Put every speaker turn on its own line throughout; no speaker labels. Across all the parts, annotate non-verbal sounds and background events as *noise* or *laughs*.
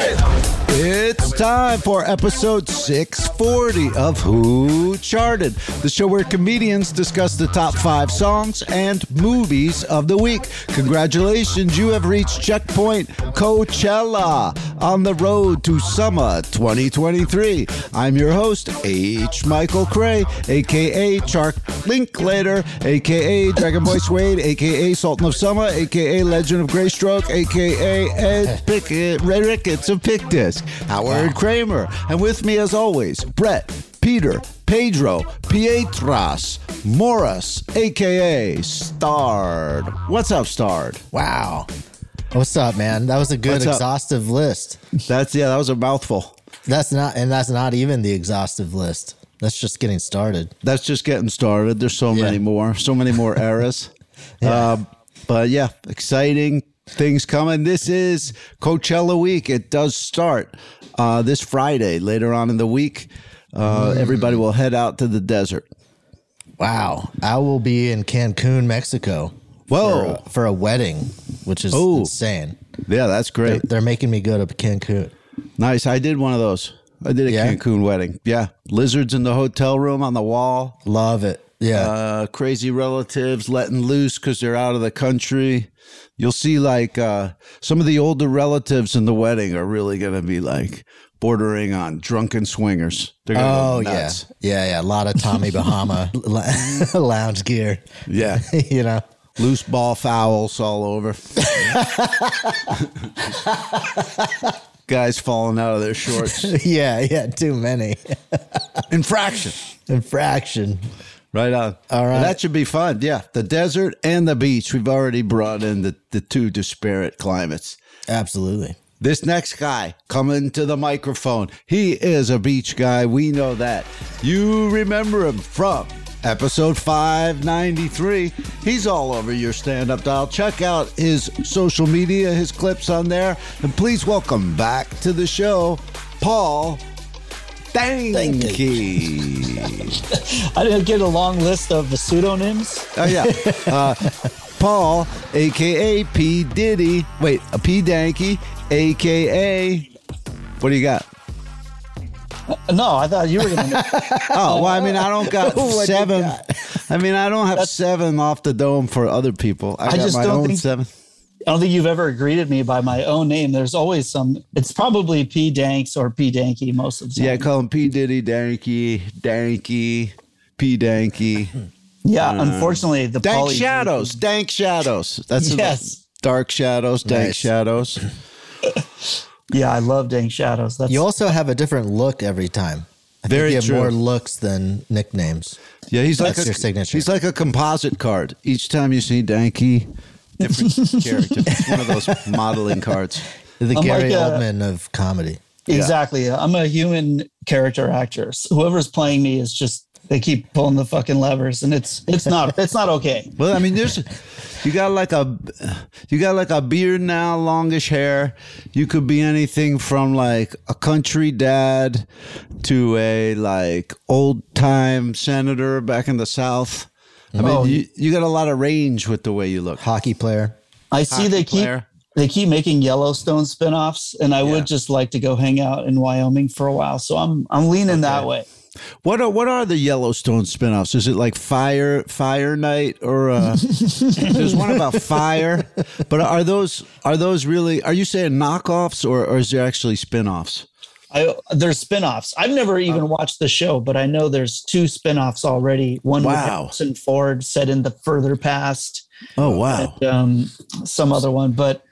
it.
It's time for episode 640 of Who Charted, the show where comedians discuss the top five songs and movies of the week. Congratulations, you have reached checkpoint Coachella on the road to summer 2023. I'm your host, H. Michael Cray, aka Chark Linklater, aka Dragon Boy Suede, aka Sultan of Summer, aka Legend of Greystroke, aka Ed Pickett, Ray Ricketts of Pick Disc. Howard Kramer. And with me, as always, Brett, Peter, Pedro, Pietras, Morris, aka Stard. What's up, Stard?
Wow. What's up, man? That was a good
What's up?
exhaustive list.
That's yeah, that was a mouthful.
That's not and that's not even the exhaustive list. That's just getting started.
That's just getting started. There's so
Yeah.
many more, so many
*laughs*
more eras. Um, but yeah, exciting things coming. This is Coachella week. It does start uh, this Friday later on in the week. Uh,
Mm.
Everybody will head out to the desert.
Wow. I will be in Cancun, Mexico.
Whoa.
For, for a wedding, which is
Oh.
insane.
uh, Yeah, that's
They're,
great.
they're making me go to Cancun.
Nice. I did one of those. I did a
Yeah?
Cancun wedding. Yeah. Lizards in the hotel room on the wall.
Love it. Yeah.
Uh, crazy relatives letting loose because they're out of the country. You'll see like uh, some of the older relatives in the wedding are really going to be like bordering on drunken swingers. They're going to
oh
go
yeah.
nuts.
Yeah, yeah. A lot of
*laughs*
Tommy Bahama *laughs* lo- lounge gear. *laughs*
Yeah.
you know. *laughs*
Loose ball fouls all over. Guys falling out of their shorts.
*laughs* Yeah, yeah, too many. *laughs*
Infraction.
Infraction.
Right on. All
right.
that should be fun. Yeah. The desert and the beach. We've already brought in the, the two disparate climates.
Absolutely.
This next guy coming to the microphone. He is a beach guy. We know that. You remember him from episode 593. He's all over your stand up dial. Check out his social media, his clips on there. And please welcome back to the show, Paul Thank you.
I didn't get a long list of the pseudonyms.
Oh yeah, uh, Paul, aka P Diddy. Wait, a P Danky, aka. What do you got?
No, I thought you were going to.
Oh well, I mean, I don't got
What do you
seven.
got?
I mean, I don't have seven off the dome for other people. I,
I
got
just
my
don't
own
think-
seven.
I don't think you've ever greeted me by my own name. There's always some. It's probably P Danks or P Danky most of the time.
Yeah, I call him P Diddy, Danky, Danky, P Danky,
yeah. unfortunately, the
Dank
poly-
Shadows, Dank Shadows. That's a-
*laughs* Yes.
Dark Shadows, Dank
Nice.
Shadows.
Yeah, I love Dank Shadows. That's
You also have a different look every time. I
Very
think you have
true.
more looks than nicknames.
Yeah, he's
That's
like a,
your signature.
He's like a composite card. Each time you see Danky, different character. It's one of those modeling cards.
The
I'm
Gary
like a-
Oldman of comedy.
exactly. uh, I'm a human character actor. So whoever's playing me is just they keep pulling the fucking levers, and it's it's not it's not okay.
Well, I mean, there's you got like a you got like a beard now, longish hair. You could be anything from like a country dad to a like old time senator back in the South. I mean, Oh, you, you got a lot of range with the way you look.
Hockey player.
I see they keep
player.
they keep making Yellowstone spinoffs, and I would just like to go hang out in Wyoming for a while. So I'm I'm leaning that way.
What are what are the Yellowstone spin-offs? Is it like Fire Fire Night or *laughs* uh, there's one about fire? But are those are those really are you saying knockoffs or, or is there actually spin-offs?
I, there's spin-offs. I've
Oh.
never even watched the show, but I know there's two spin-offs already. One with
Wow.
Harrison Ford set in the further past,
Oh wow.
and, um, some other one. But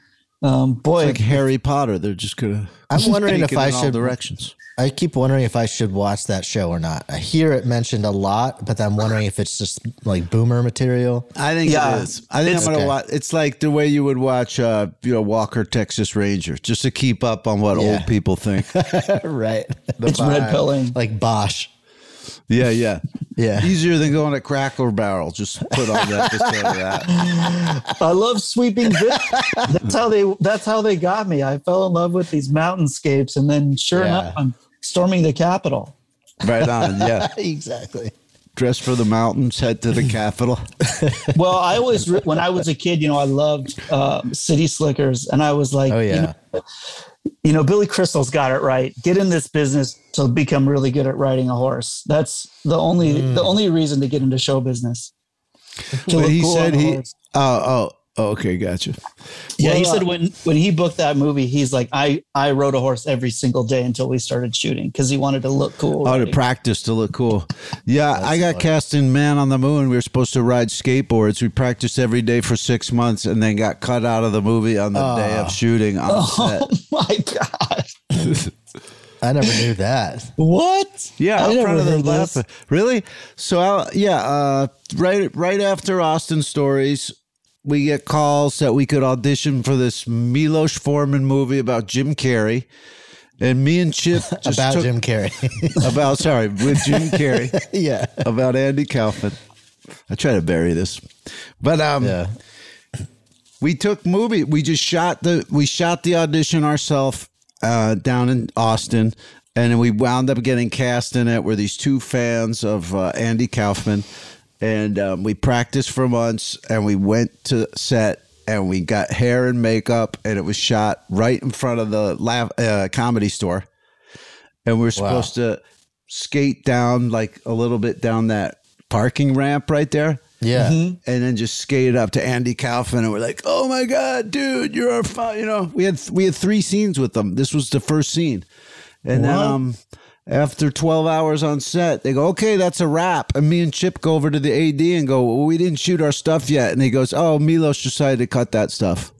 um, boy,
Like Harry Potter, they're just gonna.
I'm wondering
take
if
it
I
in all
should-
directions.
I keep wondering if I should watch that show or not. I hear it mentioned a lot, but I'm wondering if it's just like boomer material.
I think
Yeah.
it is. I think I'm gonna
Okay.
watch. It's like the way you would watch, uh, you know, Walker Texas Ranger, just to keep up on what
Yeah.
old people *laughs* think.
right.
it's red pilling.
like Bosch.
yeah, yeah,
Yeah.
Easier than going to Cracker Barrel. Just put on that episode *laughs* of that.
I love sweeping. vi- *laughs* that's how they. That's how they got me. I fell in love with these mountainscapes, and then sure
Yeah.
enough, I'm storming the Capitol.
Right on. Yeah,
exactly.
dress for the mountains, head *laughs* to the Capitol.
well, I always re- when I was a kid, you know, I loved um, City Slickers, and I was like,
Oh,
you,
yeah.
know, you know, Billy Crystal's got it right. Get in this business to become really good at riding a horse. That's the only the only reason to get into show business. Mm. To
But
look
he
cool
said
on a
he.
horse.
Oh, oh, okay, gotcha.
yeah, he
Well,
said
uh,
when when he booked that movie, he's like, I I rode a horse every single day until we started shooting because he wanted to look cool.
Oh, to
riding.
practice to look cool. Yeah, I got cast in Man on the Moon. We were supposed to ride skateboards. We practiced every day for six months and then got cut out of the movie on the
Ah.
day of shooting on
*laughs* Oh
set.
my god!
I never knew that.
What?
Yeah,
I
in
never
front of the
heard
left.
this.
Really? So, I, yeah, uh, right, right after Austin Stories, we get calls that we could audition for this Milos Forman movie about Jim Carrey. And me and Chip
*laughs*
just
About
took,
Jim
*laughs*
Carrey.
about sorry with Jim Carrey.
yeah.
about Andy Kaufman. I try to bury this, but um,
Yeah.
we took movie. We just shot the we shot the audition ourselves uh, down in Austin, and then we wound up getting cast in it. We're these two fans of uh, Andy Kaufman, and um, we practiced for months, and we went to set. And we got hair and makeup, and it was shot right in front of the laugh, uh, comedy store and we're supposed to skate down like a little bit down that parking ramp right there
Yeah.
and then just skate up to Andy Kaufman and we're like oh my god dude you're our fun you know we had we had three scenes with them this was the first scene and then um after 12 hours on set they go okay that's a wrap and me and Chip go over to the AD and go well, we didn't shoot our stuff yet and he goes oh Milos decided to cut that stuff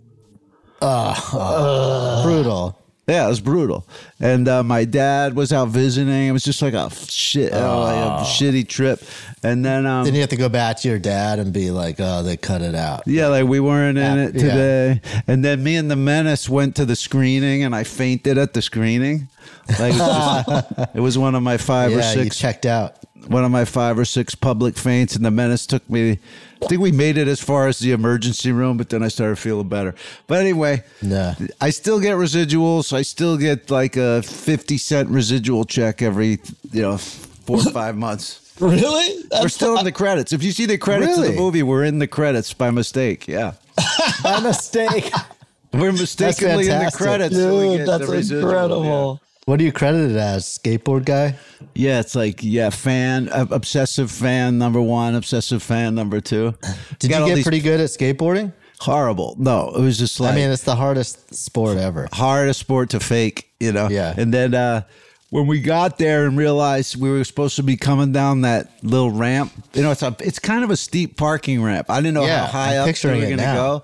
Brutal.
Yeah, it was brutal. And uh, my dad was out visiting. It was just like a shit, uh, like a shitty trip. And then, um,
Then you have to go back to your dad and be like, oh, they cut it out.
yeah, like we weren't in it
Yeah.
today. And then me and the menace went to the screening, and I fainted at the screening. Like it was,
*laughs*
just- it was one of my five or
yeah, you
six,
checked out.
one of my five or six public faints, and the menace took me. I think we made it as far as the emergency room, but then I started feeling better. But anyway,
Yeah.
I still get residuals. I still get like a 50 cent residual check every, you know, four
*laughs*
or five months.
Really?
We're still in the credits. If you see the credits of
Really?
the movie, we're in the credits by mistake. Yeah.
By mistake.
*laughs* We're mistakenly in the
fantastic.
credits. so we
Dude,
get
that's
the residual,
incredible.
what are you credited as? Skateboard guy?
Yeah. Yeah, it's like, yeah, fan, ob- obsessive fan number one, obsessive fan number two.
*laughs* Did
Got all
you get
these-
pretty good at skateboarding?
horrible? No, it was just like,
I mean, it's the hardest sport ever.
hardest sport to fake, you know.
Yeah.
And then uh, when we got there and realized we were supposed to be coming down that little ramp, you know, it's a it's kind of a steep parking ramp. I didn't know
Yeah,
how high up
I'm
we were
picturing it
going to
now.
go.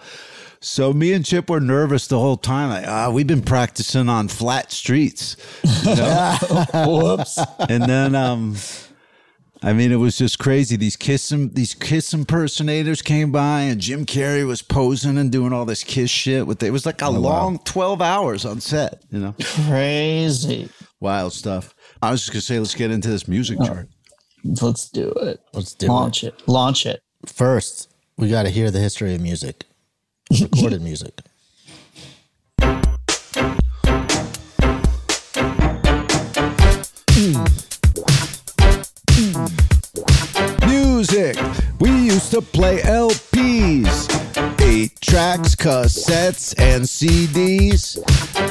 So me and Chip were nervous the whole time. Like, ah, we've been practicing on flat streets,
*laughs*
Whoops.
and then um. I mean, it was just crazy. These kiss im- these kiss impersonators came by, and Jim Carrey was posing and doing all this kiss shit. With it was like a
Oh,
long twelve hours on set, you know.
Crazy.
Wild stuff. I was just gonna say, let's get into this music
Oh.
chart.
Let's do it.
Let's do
Launch it. Launch it.
it. First, we got to hear the history of music,
*laughs*
recorded music.
Music. We used to play LPs, eight tracks, cassettes, and CDs.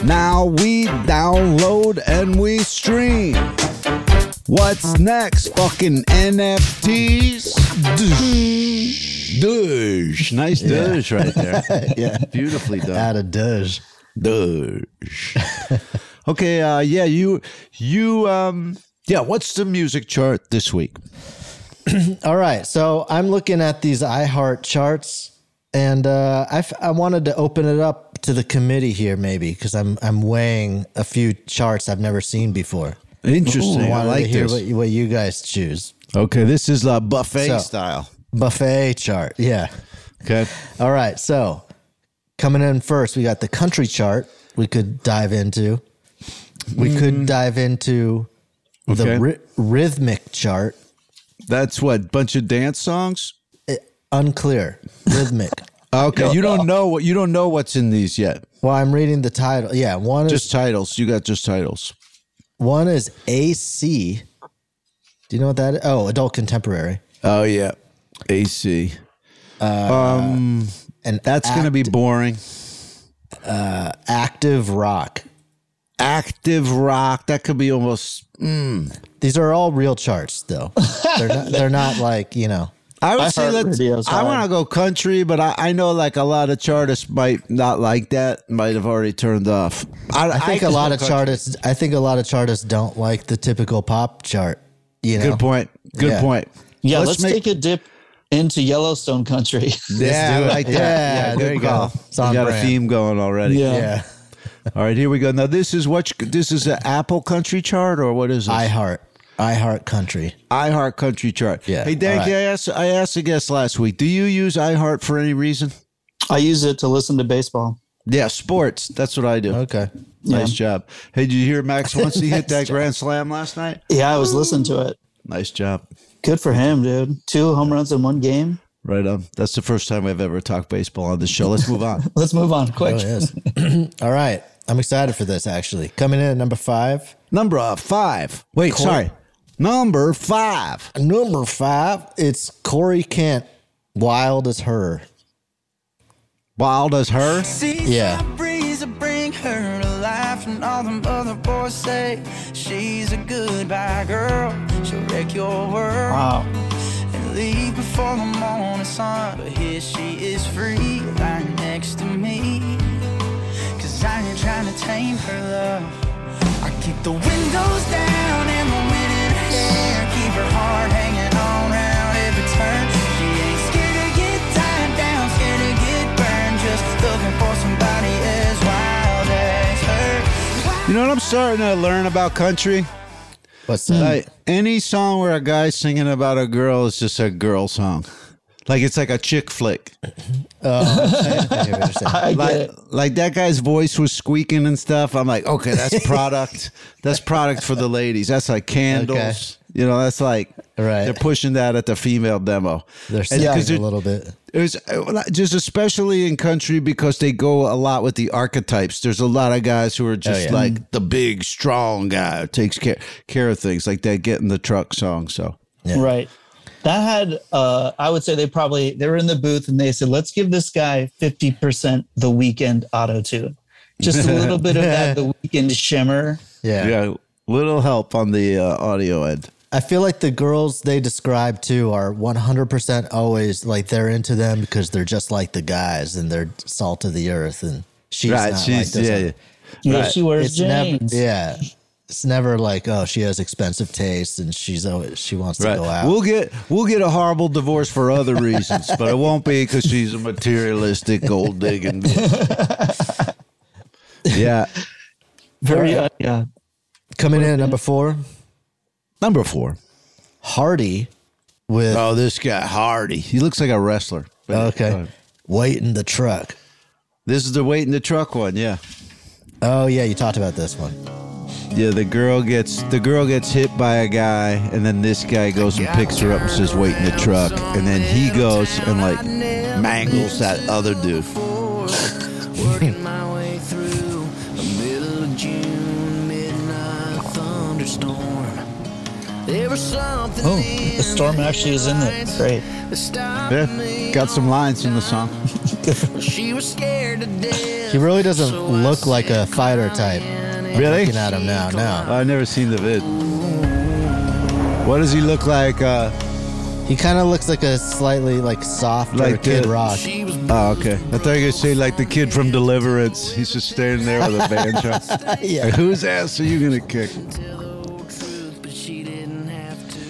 Now we download and we stream. What's next? Fucking NFTs. Doosh. Doosh. *laughs* Nice doosh *laughs* right there. yeah. Beautifully done.
Out of Doge.
Doosh. *laughs* Okay, uh, yeah, you, you, um, yeah. What's the music chart this week?
All right. So I'm looking at these iHeart charts, and uh, I, f- I wanted to open it up to the committee here, maybe, because I'm I'm weighing a few charts I've never seen before.
Interesting.
I
I
wanted
like
to hear
this.
what, you- what you guys choose.
Okay, this is uh, buffet
So-
style.
Buffet chart. Yeah.
Okay,
All right. So coming in first, we got the country chart we could dive into. We could dive into
Mm. Okay.
the ry- rhythmic chart.
that's what bunch of dance songs.
Eh, Unclear.
*laughs*
Rhythmic.
Okay, you don't know what you don't know what's in these yet.
well, I'm reading the title. Yeah. One is
Just titles. You got just titles.
One is AC. Do you know what that is? Oh, adult contemporary.
Oh yeah, AC. um,
And
that's gonna be boring.
active rock.
Active rock. That could be almost.
These are all real
*laughs*
charts, though. they're, not, they're not like, you know.
I would say
heard
that's.
radio's
I
hard.
want to go country, but I, I know like a lot of chartists might not like that. Might have already turned off.
I think
a
a lot of chartists. I think a lot of chartists don't like the typical pop chart. You know,
Good point. Good
Yeah.
point.
Yeah, let's,
make-
take a dip into
*laughs*
Yellowstone country. *laughs*
Yeah, I like that.
Yeah,
good
there you go.
call.
It's
you
on
got a
brand.
theme going already.
Yeah,
All right, here we go. Now this is what you, this is an Apple Country chart or what is it?
I heart, I heart country.
iHeart Country chart.
Yeah,
Hey, Dan,
all right.
I asked I asked a guest last week. Do you use iHeart for any reason?
I use it to listen to baseball.
Yeah, Oh, sports. That's what I do.
Okay,
Nice job. Hey, did you hear *laughs* Max once he hit that grand slam last night?
Yeah, I was listening to it.
Nice job.
Good for him, dude. Two home runs in one game.
Right on. That's the first time I've ever talked baseball on this show. Let's move on. *laughs*
Let's move on quick.
oh, yes. *clears throat* All right, I'm excited for this. Actually, coming in at number five.
Number five. Wait,
Cool.
sorry. Number five.
Number five, it's Corey Kent. Wild as her.
Wild as her.
Yeah.
breeze will bring her to life and all them other boys say she's a goodbye girl she'll wreck your world
Wow.
and leave before the morning sun but here she is free right next to me cause i ain't trying to tame her love i keep the windows down and the wind in her hair keep her heart hanging on round every turn she ain't scared to get tied down scared to get burned just looking for somebody as wild as her
You know what I'm starting to learn about country?
What's that?
Like any song where a guy's singing about a girl is just a girl song. Like it's like a chick
*laughs*
flick.
I hear what you're saying.
I get
Like
it.
like that guy's voice was squeaking and stuff. I'm like, okay,
*laughs*
that's product. that's product for the ladies. That's like candles.
Okay.
You know, that's like
Right.
They're pushing that at the female demo.
They're
And-
singing
'cause
a
they're-
little bit.
it was uh, just especially in country because they go a lot with the archetypes. There's a lot of guys who are just
yeah.
like the big, strong guy who takes care, care of things like that. Get in the truck song. So
Right. That had, uh, I would say they probably they were in the booth and they said, let's give this guy fifty percent the weekend auto tune, just a little bit
*laughs*
of that the weekend shimmer.
Yeah.
yeah, little help on the uh, audio end.
I feel like the girls they describe too are 100% always like they're into them because they're just like the guys and they're salt of the earth and she's
right,
not
she's
like this.
yeah, yeah.
Yeah, she wears
It's never
jeans.
yeah. It's never like oh she has expensive tastes and she's always she wants to go
right.
out.
We'll get we'll get a horrible divorce for other reasons, but it won't be because she's a materialistic gold digging.
*laughs*
bitch. yeah,
Very, uh, yeah.
Coming in at number 4,
number four.
Hardy with
Oh, this guy Hardy. He looks like a wrestler. But-
okay. Wait in the truck.
This is the wait in the truck one, yeah.
Oh yeah, you talked about this one.
Yeah, the girl gets the girl gets hit by a guy, and then this guy goes and picks her up and says, "Wait in the truck," and then he goes and like mangles that other dude.
Working my way through the middle of June, midnight thunderstorm. There was something
Oh, the storm actually is in it. Great.
that stopped
Yeah, got some lines in the song.
me. She was scared to death.
He really doesn't look like a fighter type.
Really?
Looking at him now, no.
I've never seen the vid. What does he look like? Uh,
He kind of looks like a slightly like softer
Like
Kid
the-
Rock.
Oh, okay. I thought you were gonna say like the kid from Deliverance. He's just standing there with a banjo.
*laughs* Yeah.
Whose ass are you gonna kick?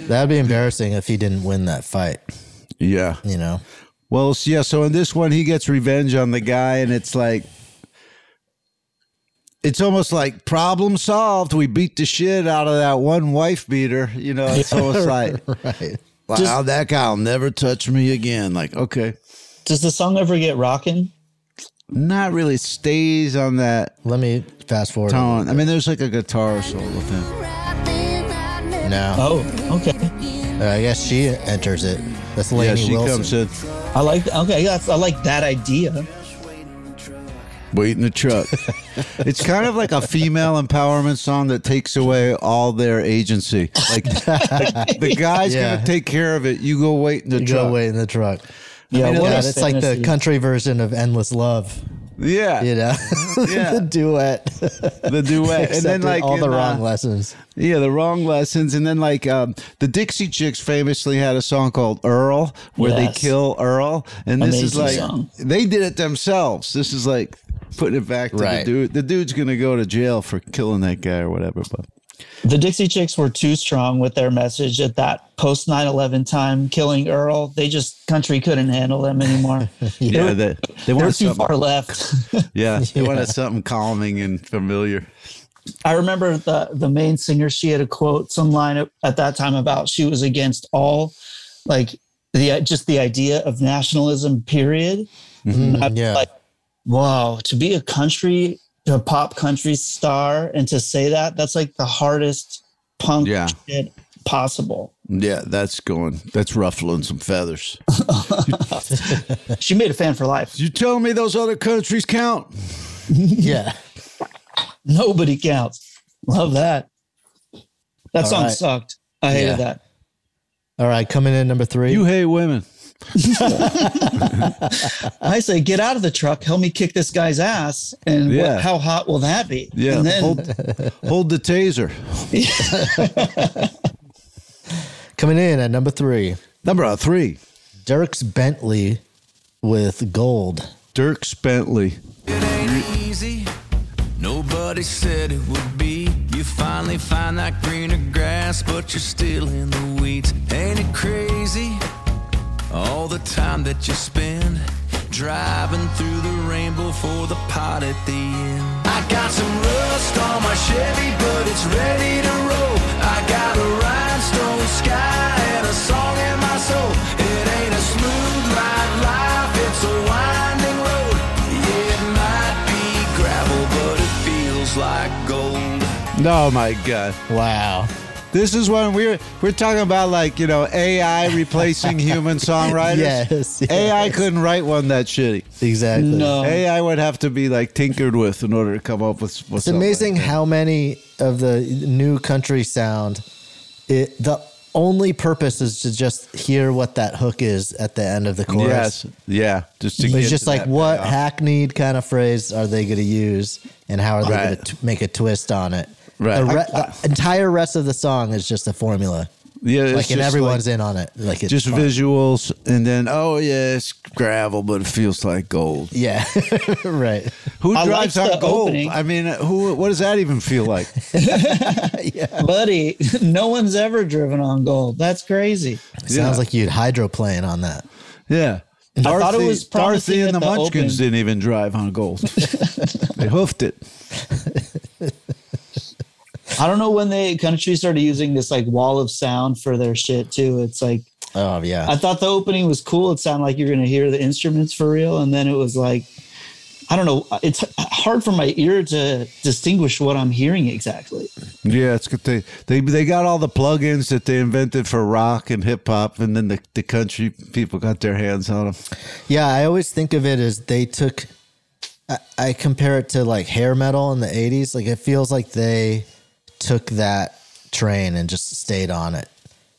That'd be embarrassing if he didn't win that fight.
Yeah.
You know.
Well, s- yeah. So in this one, he gets revenge on the guy, and it's like, it's almost like problem solved. We beat the shit out of that one wife beater. You know,
*laughs*
it's almost like,
Right.
wow, that guy'll never touch me again. Like, okay,
Does the song ever get rocking?
not really stays on that
Let me fast forward.
tone. I mean, there's like a guitar solo thing.
No.
Oh, okay.
Uh, I guess she enters it. That's
Yeah,
Lainey
she
Wilson.
comes in,
I like okay. That's I like that idea.
wait in the
*laughs*
truck. it's kind of like a female empowerment song that takes away all their agency. Like, like, the guy's
Yeah.
gonna take care of it. You go wait in the
You
truck.
go wait in the truck.
Yeah,
Yeah,
what a
it's like the
fantasy.
country version of "Endless Love."
Yeah,
You know, *laughs*
Yeah.
the
*laughs*
duet,
the duet, and then like
all the
in,
wrong
uh,
lessons.
yeah, the wrong lessons, and then like um, the Dixie Chicks famously had a song called Earl, where
Yes.
they kill Earl, and this is
Amazing
like
song.
they did it themselves. This is like putting it back to the
Right.
dude. The dude's gonna go to jail for killing that guy or whatever. But
The Dixie Chicks were too strong with their message at that post 9/11 time, killing Earl. They just country couldn't handle them anymore.
*laughs* yeah, they, they
they were
wanted
too
something.
far left. *laughs*
*laughs*
Yeah, they wanted something calming and familiar.
I remember the the main singer. She had a quote, some line at, at that time about she was against all, like the just the idea of nationalism. Period. And I was
yeah.
Like, wow, to be a country, a pop country star, and to say that that's like the hardest punk
Yeah.
shit possible.
Yeah, that's going. That's ruffling some feathers.
She made a fan for life.
You telling me those other countries count?
Yeah,
Nobody counts. Love that. That song
right.
sucked. I
Yeah.
hated that.
all right. Coming in number three.
You hate women.
I say, get out of the truck. Help me kick this guy's ass. And
Yeah.
what, how hot will that be?
Yeah,
And *laughs* then
hold, hold the taser.
Coming in at number three,
Number three,
Dirks Bentley with Gold.
Dirk Bentley.
It ain't easy. Nobody said it would be. You finally find that greener grass, but you're still in the weeds. Ain't it crazy? All the time that you spend driving through the rainbow for the pot at the end. I got some rust on my Chevy, but it's ready to roll. I got a rhinestone sky and a song in my soul. It ain't a smooth ride life, it's a winding road. Yeah, it might be gravel, but it feels like gold.
Oh my god.
Wow.
This is when we're we're talking about like, you know, AI replacing *laughs* human songwriters.
Yes,
AI
yes.
couldn't write one that shitty.
Exactly.
No.
AI would have to be like tinkered with in order to come up with what's
It's amazing how many of the new country sound, it the only purpose is to just hear what that hook is at the end of the chorus.
Yes. Yeah. Just to
But
get
it's just
to
like
that
what
payoff.
hackneyed kind of phrase are they going to use, and how are they going
Right.
to make a twist on it?
Right.
The, re-
I-
the entire rest of the song is just a formula,
Yeah, it's
like and
just
everyone's
like-
in on it. Like it's
just
fun.
visuals and then oh yeah, it's gravel but it feels like gold.
Yeah, *laughs* right.
Who
I
drives
liked
on
the
gold?
opening.
I mean, who what does that even feel like?
*laughs* buddy, *laughs* no one's ever driven on gold. That's crazy.
Yeah.
Sounds like you'd hydroplane on that.
Yeah.
I thought it was promising
Dorothy and
at
the,
the
Munchkins
open.
didn't even drive on
*laughs*
gold. they hoofed it.
I don't know when they country started using this like wall of sound for their shit too. It's like
Oh yeah.
I thought the opening was cool. It sounded like you're gonna hear the instruments for real, and then it was like I don't know. It's hard for my ear to distinguish what I'm hearing exactly.
Yeah, it's good. They, they they got all the plugins that they invented for rock and hip hop, and then the, the country people got their hands on them.
Yeah, I always think of it as they took. I, I compare it to like hair metal in the '80s. Like it feels like they took that train and just stayed on it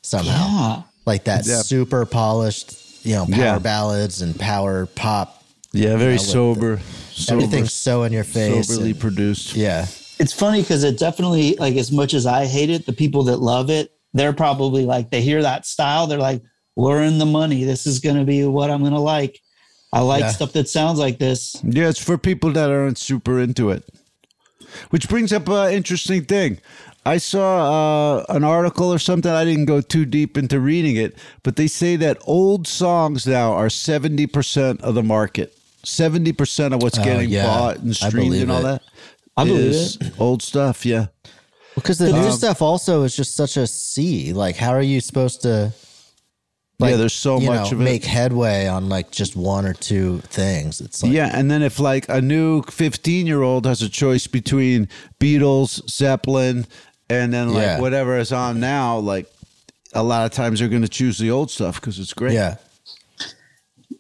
somehow.
Yeah.
Like that
Yeah.
super polished, you know, power
Yeah.
ballads and power pop.
Yeah, very
with
sober, sober,
Everything's so in your face.
soberly
and-
produced.
yeah,
It's funny because it definitely like as much as I hate it, the people that love it, they're probably like they hear that style, they're like, we're in the money. This is going to be what I'm going to like. I like
Yeah.
stuff that sounds like this.
Yeah, it's for people that aren't super into it. Which brings up an interesting thing. I saw uh, an article or something. I didn't go too deep into reading it, but they say that old songs now are 70% of the market. 70% of what's getting
Oh, yeah.
bought and
I
streamed
believe
and all
it.
that
I believe
is old stuff. Yeah.
Because the new stuff also is just such a sea. Like, how are you supposed to?
yeah, there's so
you
much
know,
of it.
Make headway on like just one or two things. It's like,
yeah, and then if like a new 15 year old has a choice between Beatles, Zeppelin, and then like
Yeah.
whatever is on now, like a lot of times they're going to choose the old stuff because it's great.
yeah,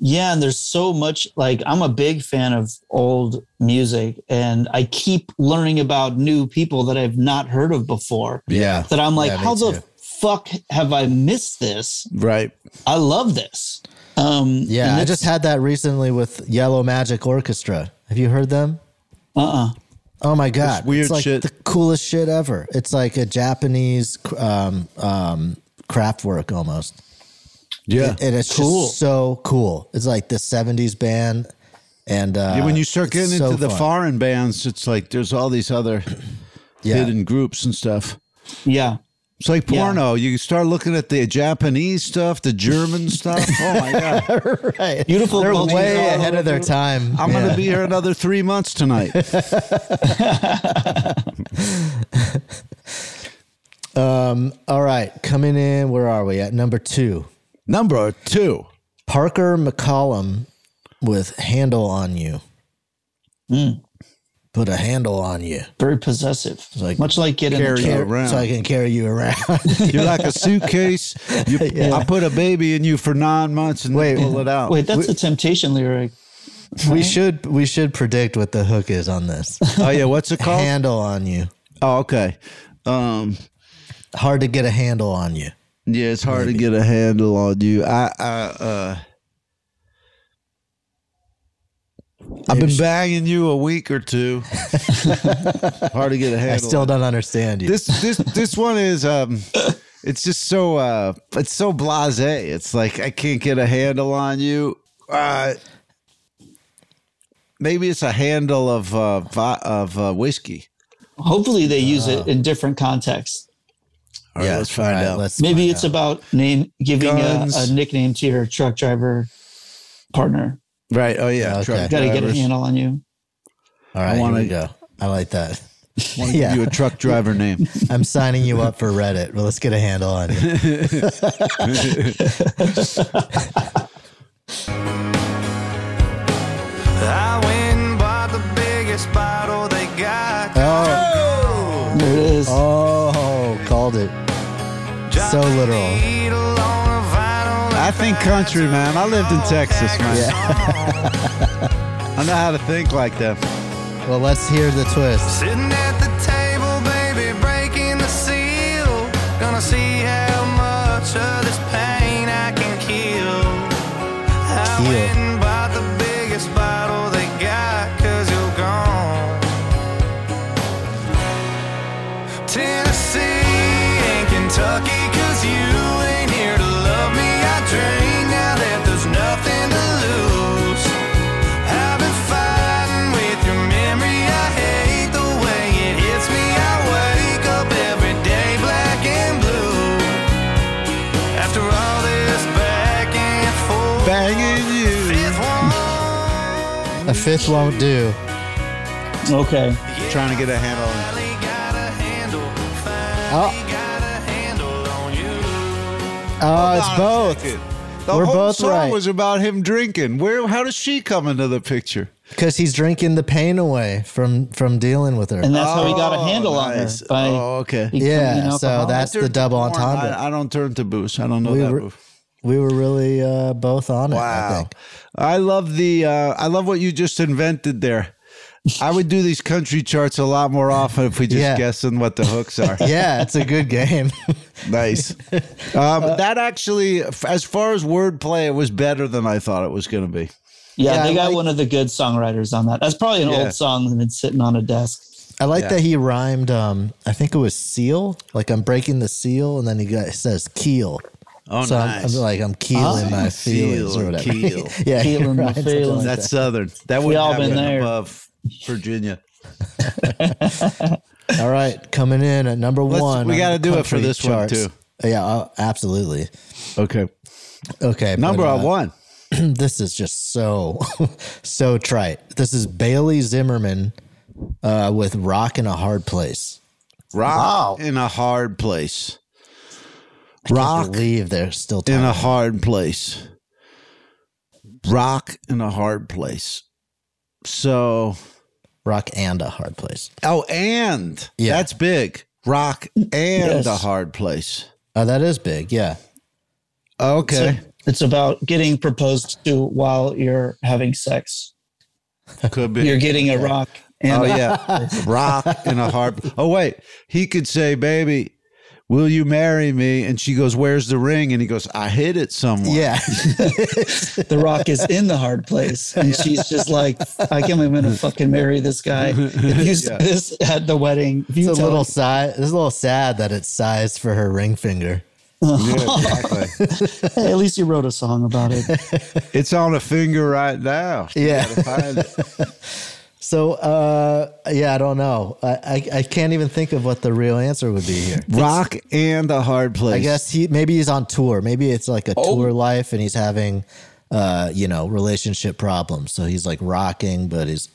Yeah, and there's so much like I'm a big fan of old music and I keep learning about new people that I've not heard of before.
Yeah.
That I'm like,
Yeah, me
how the
too.
fuck have I missed this?
Right.
I love this. Um
yeah.
and
I
it's-
just had that recently with Yellow Magic Orchestra. Have you heard them?
uh-uh.
Oh my god,
weird
it's like
shit.
the coolest shit ever. It's like a Japanese um, um, craft work almost,
Yeah.
and it's
Cool.
just so cool. It's like the '70s band, and uh,
Yeah, when you start
it's
getting
so
into the
fun.
foreign bands, it's like there's all these other
*clears throat* yeah.
hidden groups and stuff.
Yeah.
It's like
Yeah.
porno. You start looking at the Japanese stuff, the German
*laughs*
stuff. Oh my god!
*laughs* right.
Beautiful
They're
cultures
way
all
ahead of their time.
I'm
Yeah.
gonna be here another three months
*laughs*
tonight.
All right, coming in. Where are we at number two?
Number two.
Parker McCollum with "Handle on You."
Hmm.
Put a handle on you
Very possessive.
like
Much like getting
carry
the
you
car-
around.
so I can carry you around.
*laughs* You're
*laughs*
like a suitcase. You, I put a baby in you for nine months and
Wait.
Wait, pull it out.
Wait, that's a temptation lyric.
we should we should predict what the hook is on this.
Oh yeah, what's it
*laughs*
called?
handle on you.
oh okay. Um,
Hard to get a handle on you.
yeah, it's hard to get a handle on you. I, I uh, I've been banging you a week or
*laughs*
two. hard to get a handle.
I still don't understand you.
this this this one is um it's just so uh it's so blasé it's like i can't get a handle on you uh maybe it's a handle of uh vi- of uh, whiskey
Hopefully they use it
Uh,
in different contexts.
all right
yeah,
let's find
all right,
out
Let's
Maybe it's about name giving a,
Guns.
a nickname to your truck driver partner.
right oh yeah
Okay.
truck
Got to get a
drivers.
handle on you.
all right.
wanna-
here we go. I like that.
*laughs* Wanna give
Yeah.
you a truck driver
*laughs*
name
I'm signing you up for Reddit. Well, let's get a handle on
*laughs*
you.
I went and bought the biggest bottle they got.
Oh,
There it is.
oh, called it. So literal.
i think country man i lived in texas man i know how to think like that
Well, let's hear the twist.
Sitting at the table, baby, breaking the seal. Gonna see how much of this pain I can kill. I
Kill.
went and bought the biggest bottle they got, cause you're gone. Tennessee and Kentucky, cause you ain't here to love me. I drink now that there's nothing to lose. I've been fighting with your memory. I hate the way it hits me. I wake up every day black and blue. After all this back and forth,
banging you
fifth one.
A fifth won't do.
Okay.
trying to get a handle on
Finally got a handle.
Oh,
Finally got a handle on you.
oh it's both.
The
We're
whole
both
song
right.
was about him drinking. Where? How does she come into the picture?
Because he's drinking the pain away from from dealing with her.
And that's how he got a handle
Oh, nice.
on her. By
Oh, okay.
becoming
Yeah,
an
so
alcoholic.
that's- the double
Warren,
entendre.
I, I don't turn to booze. I don't know
We
that
were-
move.
we were really uh, both on it. I
Wow.
think.
I love the. Uh, I love what you just invented there. I would do these country charts a lot more often if we just
Yeah.
guessing what the hooks are.
*laughs* Yeah, it's a good game. *laughs*
Nice. Um,
Uh,
that actually, f- as far as wordplay, it was better than I thought it was going to be.
yeah,
Yeah, I
they got
like-
one of the good songwriters on that. That's probably an
Yeah.
old song that's been sitting on a desk.
I like that he rhymed. Um, I think it was seal. Like I'm breaking the seal, and then he got, says keel.
Oh,
so I'm-
nice.
I'm, like I'm keeling
Oh,
my feelings
feel,
or whatever. *laughs*
keel.
yeah,
Keeling
you're
my
right, something like
feelings.
That's southern. That would
all
happen
been there.
above Virginia.
that. All right, coming in at number
Let's-
one.
we
on
gotta
the
do it for
country
this one,
charts.
too.
Yeah, uh, absolutely.
Okay.
Okay, but,
Number
uh,
one.
this is just so *laughs* so trite. This is Bailey Zimmerman uh, with "Rock in a Hard Place."
Rock in a hard place.
I
Rock
believe they're still
in
talking.
a hard place. Rock in a hard place. So,
rock and a hard place.
oh, and
Yeah.
that's big. Rock and
Yes.
a hard place.
Oh, that is big. Yeah,
Okay.
It's about getting proposed to while you're having sex.
Could *laughs* be.
You're getting a rock. And
oh *laughs*
a-
yeah, rock in a harp. Oh wait, he could say, "Baby, will you marry me?" And she goes, "Where's the ring?" And he goes, "I hid it somewhere."
*laughs* yeah.
the rock is in the hard place. And she's just like, I can't believe I'm gonna fucking marry this guy. If you say this at the wedding, if you
it's a
tell
little sad. It's a little sad that it's sized for her ring finger.
Yeah, *laughs* exactly.
Hey, at least you wrote a song about it.
it's on a finger right now. You
Yeah.
gotta find it.
So uh, yeah, I don't know. I, I I can't even think of what the real answer would be here.
rock and a hard place.
I guess he maybe he's on tour. Maybe it's like a tour life, and he's having, uh, you know, relationship problems. So he's like rocking, but he's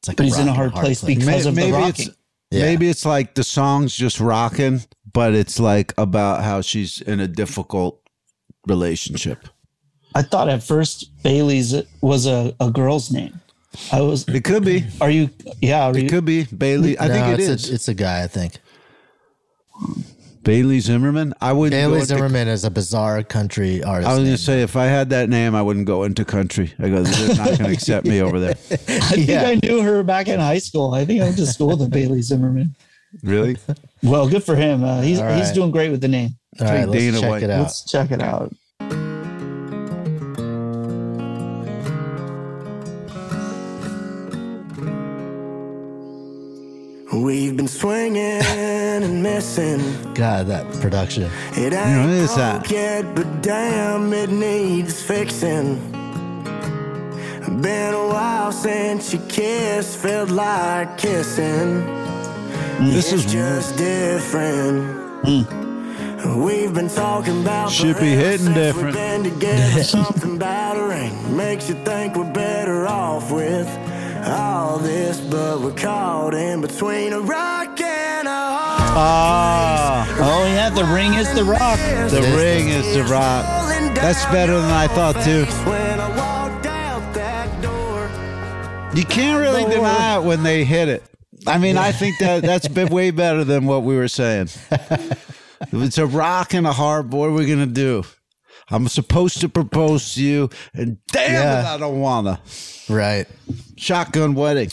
it's like
But he's in
rock
a
and
hard place
May-
because of the
maybe
rocking.
It's, Maybe it's like the song's just rocking, but it's like about how she's in a difficult relationship.
I thought at first Bailey's was a, a girl's name. I was,
It could be.
are you, yeah, are
It
you,
could be Bailey. I
No,
think it
it's
is
A, it's a guy. I think
Bailey Zimmerman. I would
Bailey Zimmerman is a bizarre country artist.
I was
name.
gonna say if I had that name, I wouldn't go into country. I go, they're not gonna accept me over
*laughs*
there.
*laughs* I think
yeah.
I knew her back in high school. I think I went to school with a Bailey Zimmerman.
Really?
Well, good for him. Uh, he's,
All
he's
right.
doing great with the name.
All right, let's
Dana
check
White.
it out.
Let's check it out.
We've been swinging and missing.
God, that production.
It ain't
what is that?
broke yet, but damn, it needs fixing. Been a while since your kiss felt like kissing.
Mm. This
It's
is
just different. We've been talking about
Mm. Should
forever
be hitting
since we've
different.
been
*laughs*
together. Something battering makes you think we're better off with all this, but we're caught in between a rock and a hard
ah,
Oh, yeah, the ring is the rock.
the ring is the rock. That's better than I thought too.
When I walked out that door,
You can't really deny it when they hit it. I mean, I think
*laughs*
that that's been way better than what we were saying. *laughs* If it's a rock and a hard. What are we gonna do? I'm supposed to propose to you, and damn it,
Yeah.
I don't wanna.
Right.
Shotgun wedding.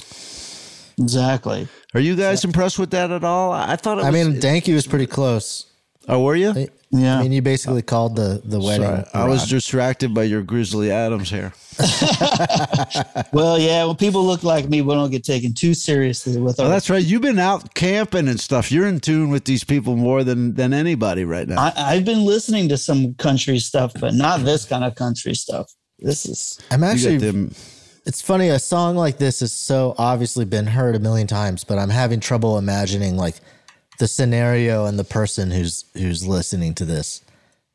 Exactly.
Are you guys impressed with that at all? I I thought. It was,
I mean, Danky was pretty close.
oh, were you?
Yeah.
I mean, you basically called the the wedding.
Sorry, I was
rock.
distracted by your Grizzly Adams hair.
Well, yeah, when people look like me, we don't get taken too seriously with
Oh,
our.
that's right. You've been out camping and stuff. You're in tune with these people more than than anybody right now.
I, I've been listening to some country stuff, but not this kind of country stuff. This is
I'm
You
actually
got them.
It's funny, a song like this has so obviously been heard a million times, but I'm having trouble imagining like the scenario and the person who's who's listening to this.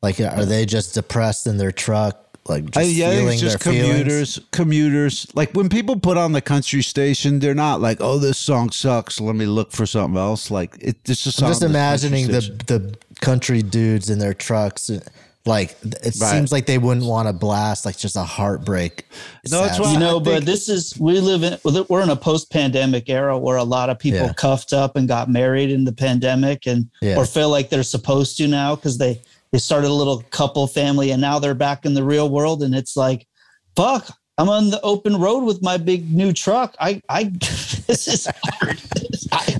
Like, are they just depressed in their truck, like just
I, Uh, yeah, I think
feeling
it's just
their feelings?
commuters. Commuters. Like when people put on the country station, they're not like, "Oh, this song sucks. Let me look for something else." Like it, it's just.
I'm
on
just
this country
imagining the
station.
the country dudes in their trucks. uh, Like, it
Right.
seems like they wouldn't want to blast like just a heartbreak.
No, it's
sad
why-
song.
you know
I
but
think-
this is we live in we're in a post-pandemic era where a lot of people
Yeah.
cuffed up and got married in the pandemic and
Yeah.
or feel like they're supposed to now because they they started a little couple family and now they're back in the real world and it's like fuck i'm on the open road with my big new truck i i *laughs* this is hard *laughs* I,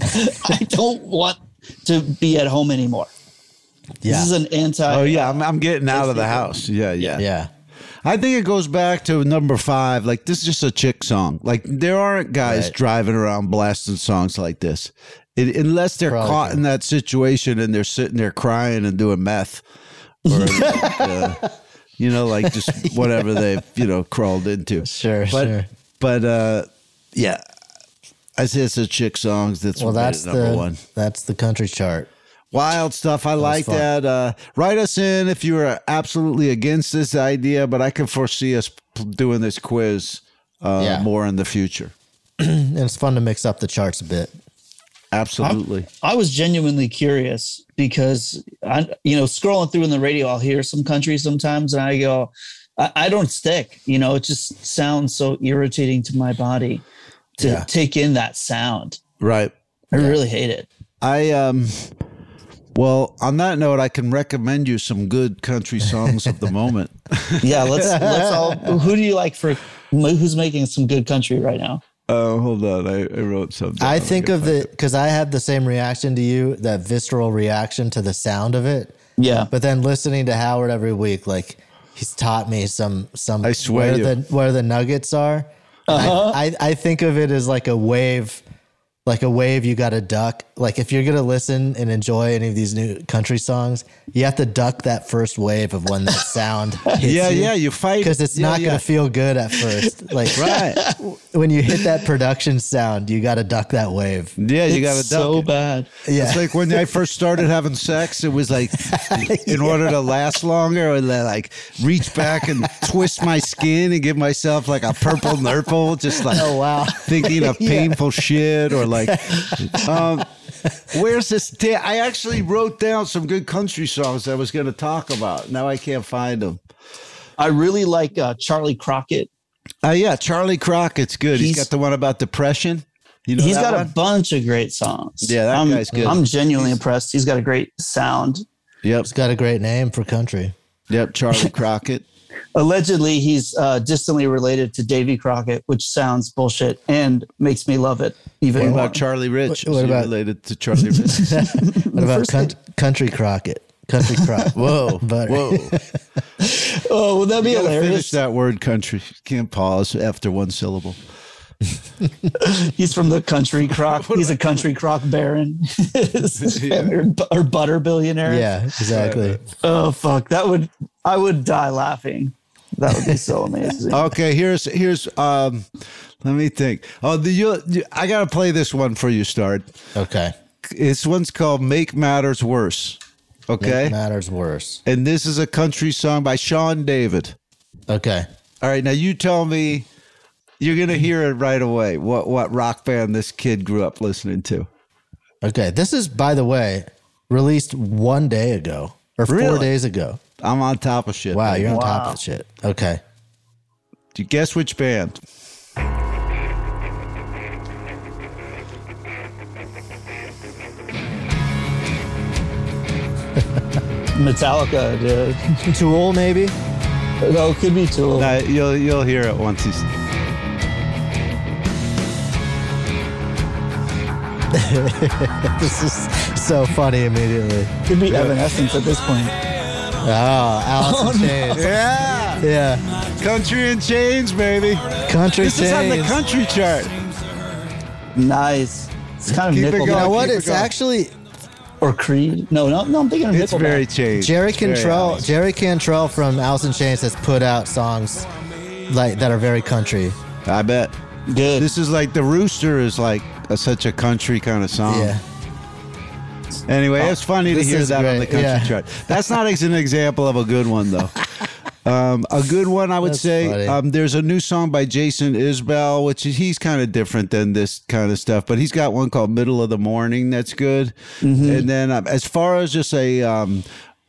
I don't want to be at home anymore
Yeah.
this is an anti
Oh yeah, I'm, I'm getting out of the house. Yeah, yeah,
yeah.
I think it goes back to number five. Like this is just a chick song. Like there aren't guys
Right.
driving around blasting songs like this, it, unless they're
Probably
caught
true.
in that situation and they're sitting there crying and doing meth or
*laughs*
like, uh, you know, like just whatever they've you know crawled into.
Sure,
but,
sure.
But uh, yeah, I say it's a chick songs. That's
Well, that's
number
the
one.
that's the country chart.
Wild stuff. I like
fun.
that. Uh, write us in if you are absolutely against this idea, but I can foresee us p- doing this quiz uh,
Yeah.
more in the future.
And it's fun to mix up the charts a bit.
Absolutely.
I was genuinely curious because I, you know, scrolling through in the radio, I'll hear some country sometimes, and I go, I, I don't stick. You know, it just sounds so irritating to my body to
Yeah.
take in that sound.
right.
I really hate it.
I um well, on that note, I can recommend you some good country songs *laughs* of the moment.
Yeah, let's let's
*laughs*
all. Who do you like for? Who's making some good country right now?
Oh, hold on. I, I wrote something.
I think of the because I had the same reaction to you, that visceral reaction to the sound of it.
Yeah,
But then listening to Howard every week, like he's taught me some some
I swear
where
you.
the where the nuggets are. I, I I think of it as like a wave, like a wave you got to duck. Like if you're gonna listen and enjoy any of these new country songs, you have to duck that first wave of when that sound. Hits
Yeah, yeah, you fight
because it's
yeah,
not
yeah.
gonna feel good at first. Like
*laughs* Right.
when you hit that production sound, you got to duck that wave.
Yeah, you got
it's
to duck.
so
it.
bad.
Yeah.
It's like when I first started having sex, it was *laughs* like, in order to last longer, I would like reach back *laughs* and twist my skin and give myself like a purple nurple, just like
Oh, wow.
thinking *laughs* of painful shit or *laughs* like, um, where's this? da- I actually wrote down some good country songs I was going to talk about. Now I can't find them.
I really like uh, Charlie Crockett.
Uh, yeah, Charlie Crockett's good. He's
He's-
got the one about depression. You know,
He's
that
got
one?
a bunch of great songs.
Yeah, that
I'm,
guy's good.
I'm genuinely impressed. He's got a great sound.
Yep,
*laughs* It's got a great name for country.
yep, *laughs* Charlie Crockett.
Allegedly, he's uh, distantly related to Davy Crockett, which sounds bullshit and makes me love it even
What
more.
about Charlie Rich?
What- what
Is he
about-
related to Charlie *laughs* Rich?
What about cunt, country crockett? Country crockett. *laughs* Whoa, but
oh, would that be
You gotta finish
hilarious?
that word country. Can't pause after one syllable.
He's from the
*laughs*
country crock. he's a country crock baron *laughs* or, or butter billionaire.
yeah, exactly.
Oh fuck, that would I would die laughing. That would be
*laughs*
so amazing.
Okay, here's here's um let me think. Oh, the you, you- I gotta play this one for you, Start.
Okay,
This one's called Make Matters Worse. Okay.
Make matters worse.
and this is a country song by Sean David.
Okay,
All right, now you tell me you're gonna hear it right away. What what rock band this kid grew up listening to.
okay. This is, by the way, released one day ago or four
Really?
days ago.
I'm on top of shit.
Wow,
baby.
you're on top of shit. Okay,
Do you guess which band?
Metallica, dude.
Tool maybe.
No, it could be Tool.
Uh, you'll you'll hear it once he's
This is so funny immediately.
could be Evanescence at this point.
Oh, Allison Chains.
Yeah.
Yeah,
Country and Chains, baby.
country
This
Chains.
is on the country chart.
Nice. It's kind of
Keep it
Nickelback
going.
you know what?
Keep it
It's
going.
actually
or Creed. No, no, no. I'm thinking of
It's
Nickelback.
very Chains.
Jerry
It's very
Cantrell.
honest.
Jerry Cantrell from Alice in Chains has put out songs like that are very country.
I bet.
good.
This is like the rooster is like a, such a country kind of
Um,
song.
yeah.
Anyway, it's funny to
Oh, this
hear
is
that on the
great.
country
Yeah.
chart. That's not ex- an example of a good one
*laughs*
though. Um, a good one, I would
That's
say.
funny.
Um, there's a new song by Jason Isbell, which is, he's kind of different than this kind of stuff, but he's got one called "Middle of the Morning" that's good.
Mm-hmm.
And then, um, as far as just a um,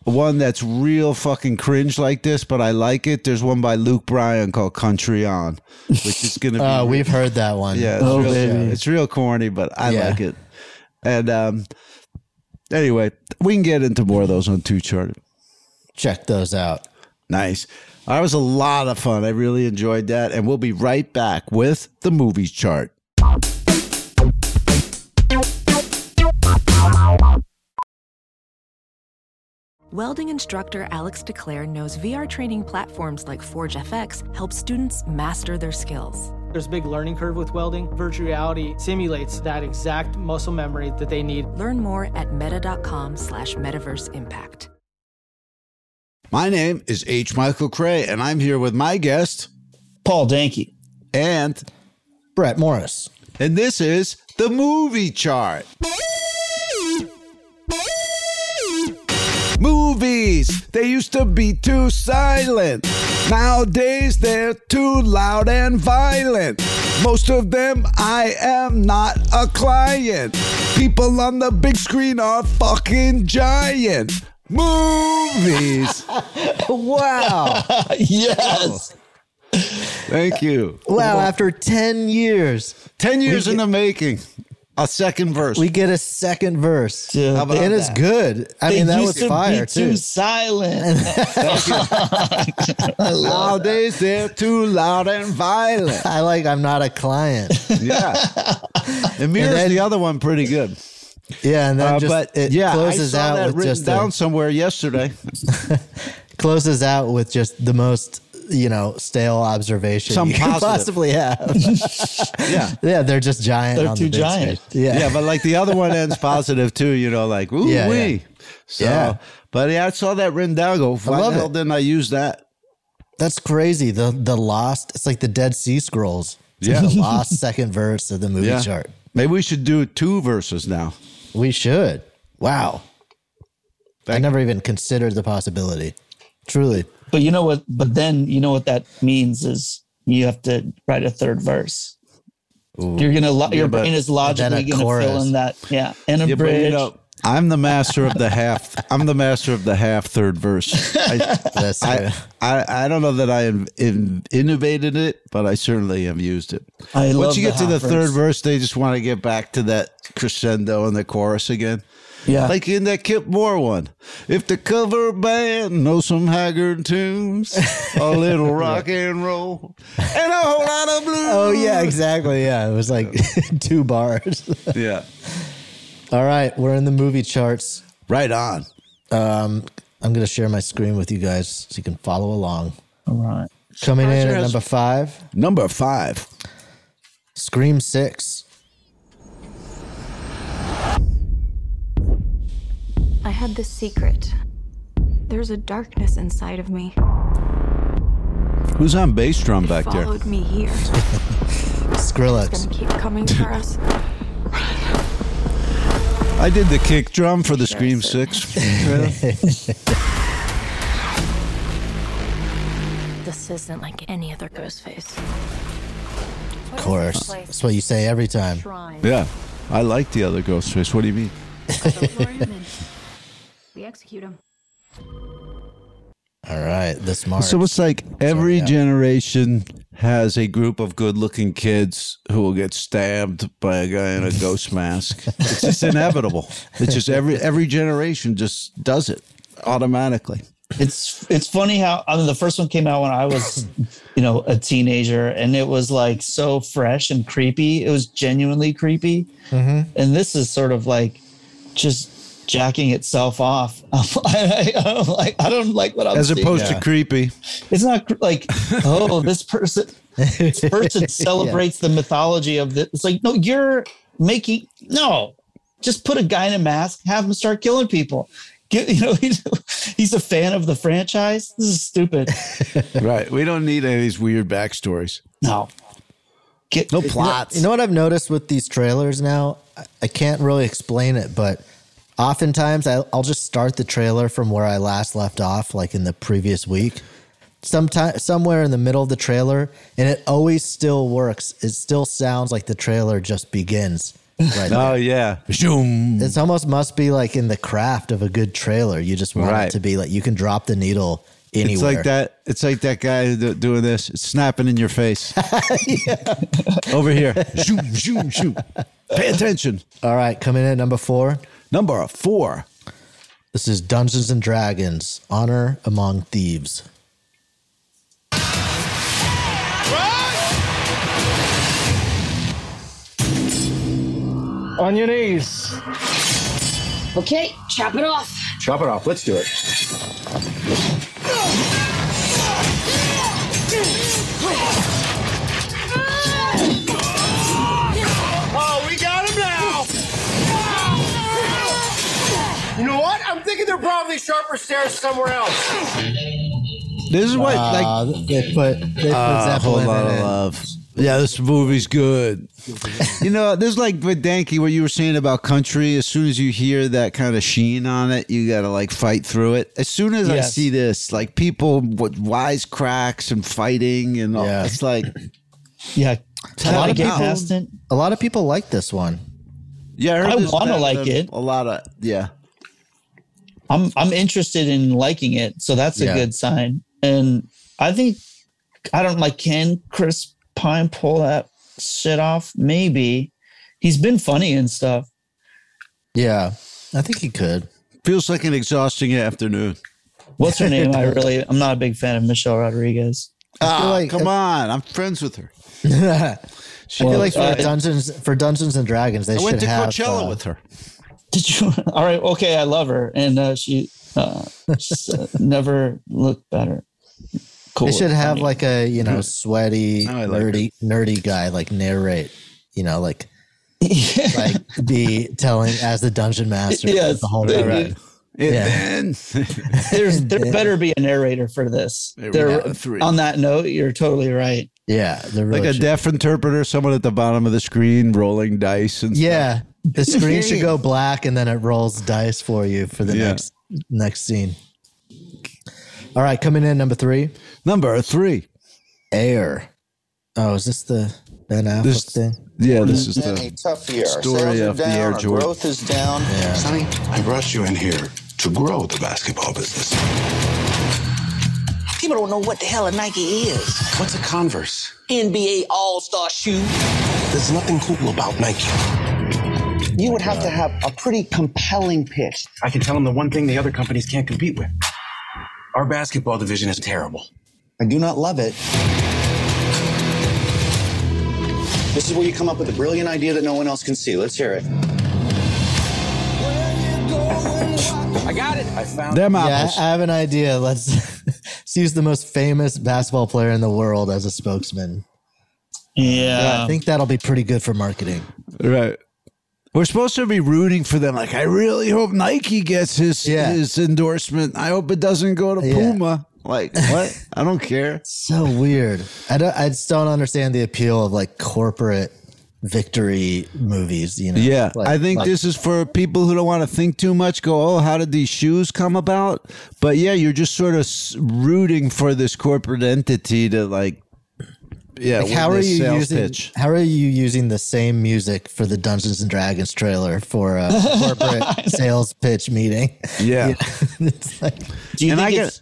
one that's real fucking cringe like this, but I like it. There's one by Luke Bryan called "Country On," which is gonna be
*laughs* Uh, we've heard that one.
yeah, it's,
Oh,
real,
baby.
it's real corny, but I
Yeah.
like it. And um, anyway, we can get into more of those on Two Charted.
Check those out.
Nice. That was a lot of fun. I really enjoyed that. And we'll be right back with the movies chart.
Welding instructor Alex DeClaire knows VR training platforms like ForgeFX help students master their skills.
There's a big learning curve with welding. Virtual reality simulates that exact muscle memory that they need.
Learn more at meta.com slash metaverse impact.
My name is H. Michael Cray, and I'm here with my guest, *laughs*
Paul Danke,
and
Brett Morris.
And this is the movie chart. Movies, they used to be too silent. Nowadays, they're too loud and violent. Most of them, I am not a client. People on the big screen are fucking giant. Movies.
*laughs* wow.
yes.
Thank you.
Oh.
Wow, after 10 years,
10 years
We
in
get-
the making. A second verse.
we get a second verse.
Dude,
How about
and it's
that?
good. I mean, that was fire,
be too
too.
silent. *laughs* I love
Nowadays, they're too loud and violent.
I like, I'm not a
*laughs*
client.
*laughs* Yeah. It mirrors
then-
the other one pretty good.
Yeah, and then
Uh,
just,
but
it
yeah,
closes
I saw
out
that
with
written
just
down
a,
somewhere yesterday.
closes out with just the most you know stale observation
Some
you could
positive.
possibly
*laughs*
have.
*laughs* Yeah.
yeah, they're just giant.
They're
on
too
the big
giant.
screen.
yeah.
Yeah,
but like the other one ends positive too, you know, like ooh
Yeah,
wee.
yeah.
So
Yeah.
but yeah, I saw that written down. Go, why
love
the hell
it.
didn't I use that?
that's crazy. The the lost. It's like the Dead Sea Scrolls. It's
Yeah.
the lost *laughs* second verse of the movie
Yeah.
chart.
Maybe we should do two verses now.
We should. Wow, I
Thank-
never even considered the possibility. Truly,
But you know what? But then you know what that means is you have to write a third verse. You're gonna lo- your
but-
brain is
then a
logically gonna fill
chorus.
in that yeah and a
Yeah, but
bridge.
you know, I'm the master of the half. I'm the master of the half third
*laughs*
verse. I,
that's true.
I, I, I don't know that I in, in, innovated it, but I certainly have used it.
I
Once
love
you get
the
to the
half
third verse,
verse.
they just want to get back to that crescendo and the chorus again.
yeah,
Like in that Kip Moore one. If the cover band knows some haggard tunes,
*laughs*
a little rock and roll, and a whole lot of blues.
*laughs* Oh yeah, exactly. Yeah, it was like *laughs* two bars.
Yeah.
All right, we're in the movie charts.
Right on.
I'm going to share my screen with you guys so you can follow along.
all right.
Coming in
Roger.
at number five,
Number five.
Scream Six.
I had this secret. There's a darkness inside of me.
Who's on bass drum back there?
Followed me here. It's
Skrillex.
gonna keep coming for
*laughs*
us.
I did the kick drum for the Scream Six.
This isn't like any other ghost face.
Of course. That's what you say every time.
yeah. I like the other ghost face. What do you mean?
We execute him.
All right, this March.
So it's like every generation has a group of good-looking kids who will get stabbed by a guy in a ghost *laughs* mask. It's just inevitable. It's just every every generation just does it automatically.
It's it's funny how I mean the first one came out when I was you know a teenager and it was like so fresh and creepy. It was genuinely creepy,
Mm-hmm.
and this is sort of like just jacking itself off. *laughs* I, don't like I don't like what I'm
As
seeing.
opposed to creepy.
It's not cr-
*laughs*
like, oh, this person, this person celebrates the mythology of this. It's like, no, you're making no. Just put a guy in a mask, have him start killing people. Get, you know, *laughs* he's, he's a fan of the franchise. This is stupid.
Right. We don't need any of these weird backstories.
No, get
No plots.
You know what I've noticed with these trailers now? I- I can't really explain it, but oftentimes I- I'll just start the trailer from where I last left off, like in the previous week. Sometime, somewhere in the middle of the trailer, and it always still works. It still sounds like the trailer
*laughs*
just begins. Right
Oh yeah. Zoom.
It's almost must be like in the craft of a good trailer. You just want
Right.
it to be like you can drop the needle anywhere.
It's like that. It's like that guy do- doing this. It's snapping in your face. *laughs* Over here. Zoom, zoom, zoom. Pay attention.
All right, coming in at number four.
Number four.
This is Dungeons and Dragons: Honor Among Thieves.
On your knees.
Okay, chop it off.
Chop it off. Let's do it.
Oh, we got him now! You know what? I'm thinking they're probably sharper stairs somewhere else.
This is what
Uh,
like
they put they put
Ah, whole
Zeppelin
lot
in
of
it.
love. Yeah, this movie's good. you know, this is like with Danke, what you were saying about country. As soon as you hear that kind of sheen on it, you got to like fight through it. As soon as I
Yes.
see this, like people with wise cracks and fighting and all,
Yeah.
it's like,
Yeah,
A lot of people-
A lot of people like this one.
yeah, I, heard
I
this
wanna
back
like
then,
it.
A lot of, yeah.
I'm I'm interested in liking it, so that's a
Yeah.
good sign. And I think I don't like can Chris Pine pull that shit off? Maybe he's been funny and stuff.
Yeah, I think he could. *laughs*
Feels like an exhausting afternoon.
What's her name?
*laughs*
I really I'm not a big fan of Michelle Rodriguez.
Ah,
like-
come on. I'm friends with her.
I feel
Well,
like for
uh,
Dungeons for Dungeons and Dragons, they
I
should
went to
have.
Coachella
uh,
with her.
Did you? *laughs* All right, okay, I love her, and uh, she uh, she's, uh, *laughs* never looked better. Cool.
They
*laughs*
should have like a you know sweaty
Now I like
nerdy nerdy guy like narrate. You know, like like be telling as the dungeon master.
*laughs* Yes,
the whole
they
thing.
did.
And
Yeah.
then *laughs*
there's
*laughs*
there better be a narrator for this.
There we
There,
go, three.
on that note, you're totally right.
Yeah, the
like a deaf interpreter, someone at the bottom of the screen rolling dice and
Yeah,
*laughs*
the screen should go black, and then it rolls dice for you for the
Yeah.
next next scene. All right, coming in number three,
Number three.
air. Oh, is this the Ben Affleck
This-
thing?
Yeah,
Mm-hmm.
this is
been a
the
tough year. Our
story
Sales are
of the
down,
Air
our
Jordan.
growth is down. Sonny,
I brought you in here to grow the basketball business.
people don't know what the hell a Nike is.
What's a Converse?
NBA All-Star shoe.
There's nothing cool about Nike.
You would have to have a pretty compelling pitch.
I can tell them the one thing the other companies can't compete with. Our basketball division is terrible.
I do not love it. This is where you come up with a brilliant idea that no one else can see. Let's hear it.
I got it. I found
them
Yeah,
apples.
I have an idea. Let's, *laughs* let's use the most famous basketball player in the world as a spokesman.
Yeah,
Um,
I think that'll be pretty good for marketing.
right. We're supposed to be rooting for them. Like, I really hope Nike gets his
Yeah.
his endorsement. I hope it doesn't go to
Yeah.
Puma.
*laughs*
Like, what? I don't care.
So weird. I don't. I just don't understand the appeal of like corporate victory movies. You know?
Yeah,
Like-
I think
like-
this is for people who don't want to think too much. Go, oh, how did these shoes come about? But yeah, you're just sort of s- rooting for this corporate entity to like, yeah.
Like
win
how are
this
you
sales
using?
pitch.
How are you using the same music for the Dungeons and Dragons trailer for a
*laughs*
corporate sales pitch meeting? *laughs*
Yeah.
it's like
Do you
And I
think
get-
it's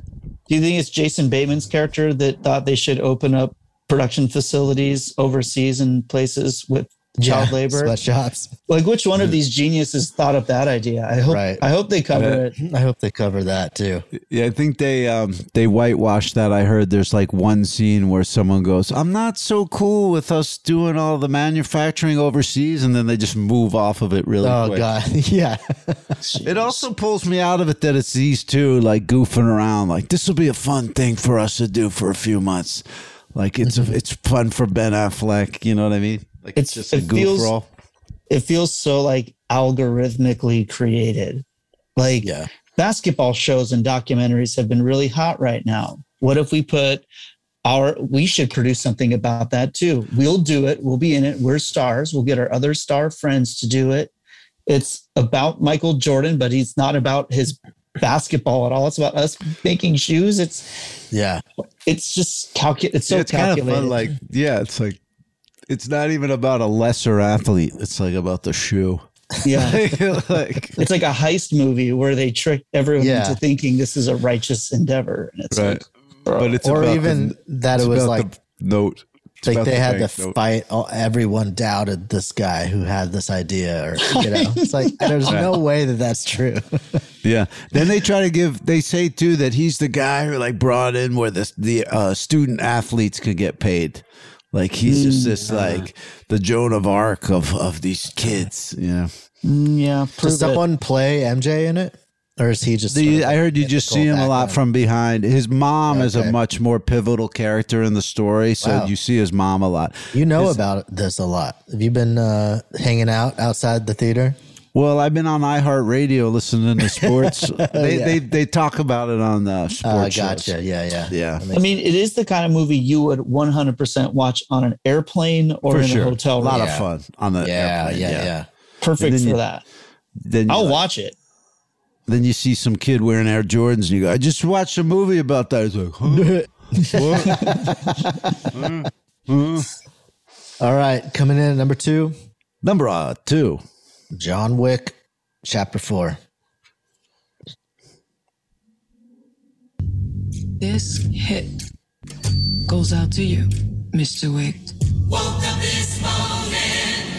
Do you think it's Jason Bateman's character that thought they should open up production facilities overseas in places with child
yeah,
labor?
sweatshops.
Like, which one of these geniuses thought up that idea? I hope.
Right.
I hope they cover
Yeah.
it.
I hope they cover that too.
Yeah, I think they um they whitewashed that. I heard there's like one scene where someone goes, "I'm not so cool with us doing all the manufacturing overseas," and then they just move off of it really
Oh
quick.
god, *laughs* yeah.
It also pulls me out of it that it's these two like goofing around. Like this will be a fun thing for us to do for a few months. Like it's a, it's fun for Ben Affleck. You know what I mean? Like it's,
It's-
just a
it
goof
feels-
roll.
It feels so like algorithmically created. Like
Yeah.
basketball shows and documentaries have been really hot right now. What if we put our we should produce something about that too. We'll do it. We'll be in it. We're stars. We'll get our other star friends to do it. It's about Michael Jordan, but he's not about his basketball at all. It's about us making shoes. It's
Yeah.
it's just calculate. It's so
it's kind of
calculated.
fun. Like yeah, it's like it's not even about a lesser athlete. It's like about the shoe. *laughs*
yeah.
like
it's like a heist movie where they trick everyone
Yeah.
into thinking this is a righteous endeavor. And it's
right,
like, bro.
but it's
or
about
even
the,
that
it's
it was
about
like
the note. It's
like
about
they
the
had to
bank note.
fight. All, everyone doubted this guy who had this idea, or
*laughs*
you know, it's like there's no way that that's true.
Yeah. Then they try to give. They say too that he's the guy who like brought in where the the uh, student athletes could get paid. Like he's just this like the Joan of Arc of of these kids. Yeah.
Mm, yeah, prove
Does someone play MJ in it, or is he just? sort
The,
of-
I heard you just see him a lot from behind. His mom is a
Okay.
much more pivotal character in the story, so
Wow.
you see his mom a lot.
you know about this a lot. Have you been uh, hanging out outside the theater?
Well, I've been on iHeartRadio listening to *laughs* sports. they,
Yeah.
they they talk about it on the sports.
Uh, gotcha. Yeah, yeah,
yeah.
I mean, it is the kind of movie you would 100% watch on an airplane or
For
in
sure.
a hotel
A
room.
lot of fun on the
Yeah,
airplane,
yeah, yeah. Perfect
And then
for
you-
that.
Then
I'll
you-
watch it.
Then you see some kid wearing Air Jordans, and you go, "I just watched a movie about that." It's like,
*laughs*
huh? what?
All right, coming in at number two.
Number uh, two,
John Wick, Chapter Four.
This hit goes out to you, Mr. Wick.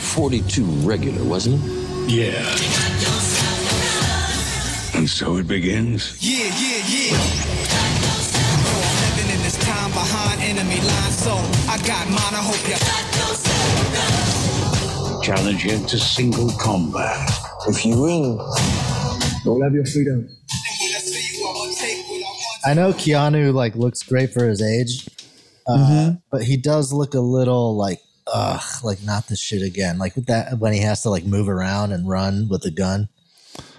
42 regular, wasn't it? Yeah. And so it begins.
Yeah, yeah, yeah. Living in this time behind enemy lines, so I got mine. I hope you
Challenge you to single combat. If you win, you'll have your freedom.
I know Keanu like looks great for his age, uh, but he does look a little like ugh, like not this shit again. Like with that when he has to like move around and run with the gun.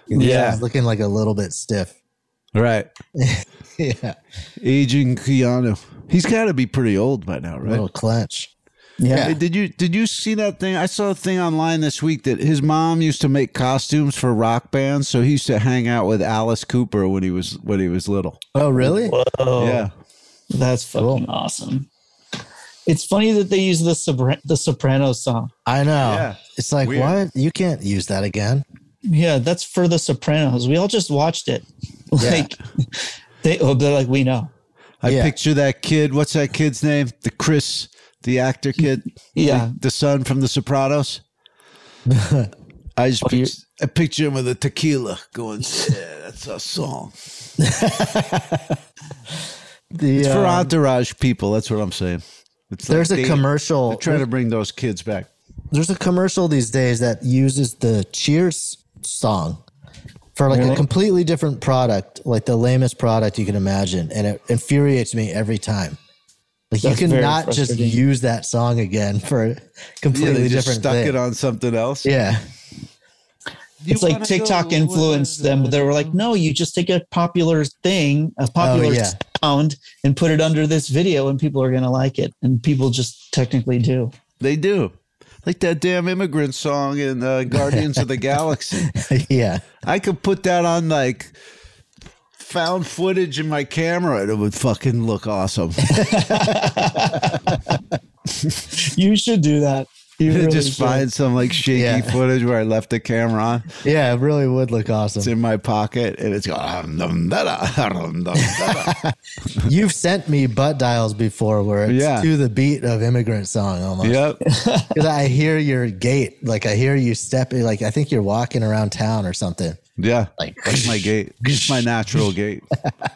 Yeah.
he's looking like a little bit stiff. *laughs*
right?
yeah,
aging Keanu. He's got to be pretty old by now, right?
Little clench.
Oh, Yeah.
Hey, did you did you see that thing? I saw a thing online this week that his mom used to make costumes for rock bands, so he used to hang out with Alice Cooper when he was when he was little.
Oh, really?
Whoa.
Yeah.
That's fucking awesome. It's funny that they use the Sopra- the Sopranos song.
I know.
Yeah.
It's like
Weird.
what you can't use that again.
Yeah, that's for the Sopranos. We all just watched it. *laughs* Like they oh, they're like, we know.
I picture that kid. What's that kid's name? The Chris, the actor kid.
Yeah.
the, the son from The
*laughs*
Sopranos. I just
Oh,
pict- I picture him with a tequila going. Yeah, that's our
*laughs*
song.
The,
it's for
um,
entourage people. That's what I'm saying. It's
There's a
they-
commercial-
They're trying to bring those kids back.
There's a commercial these days that uses the Cheers song for like a
Really?
completely different product, like the lamest product you can imagine, and it infuriates me every time. Like
That's
you
very
cannot just
frustrating.
use that song again for a completely
yeah, they just
different
stuck
thing.
it on something else.
Yeah. *laughs*
it's like TikTok influenced them, but they were like, no, you just take a popular thing,
Oh,
a popular
yeah.
sound, and put it under this video, and people are going to like it. And people just technically do.
They do. Like that damn immigrant song in
*laughs*
uh, Guardians of the Galaxy.
yeah.
I could put that on like found footage in my camera and it would fucking look awesome. *laughs*
you should do that. You really
just
should.
find some like shaky footage where I left the camera on.
Yeah, it really would look awesome.
It's in my pocket and it's going. "Dum, da, da, dum, dum, da, da."
You've sent me butt dials before where it's
Yeah.
to the beat of immigrant song almost.
*laughs* Yep.
Because I hear your gait. Like I hear you stepping, like I think you're walking around town or something.
Yeah. Like that's *laughs* my gate. It's my natural *laughs* gate.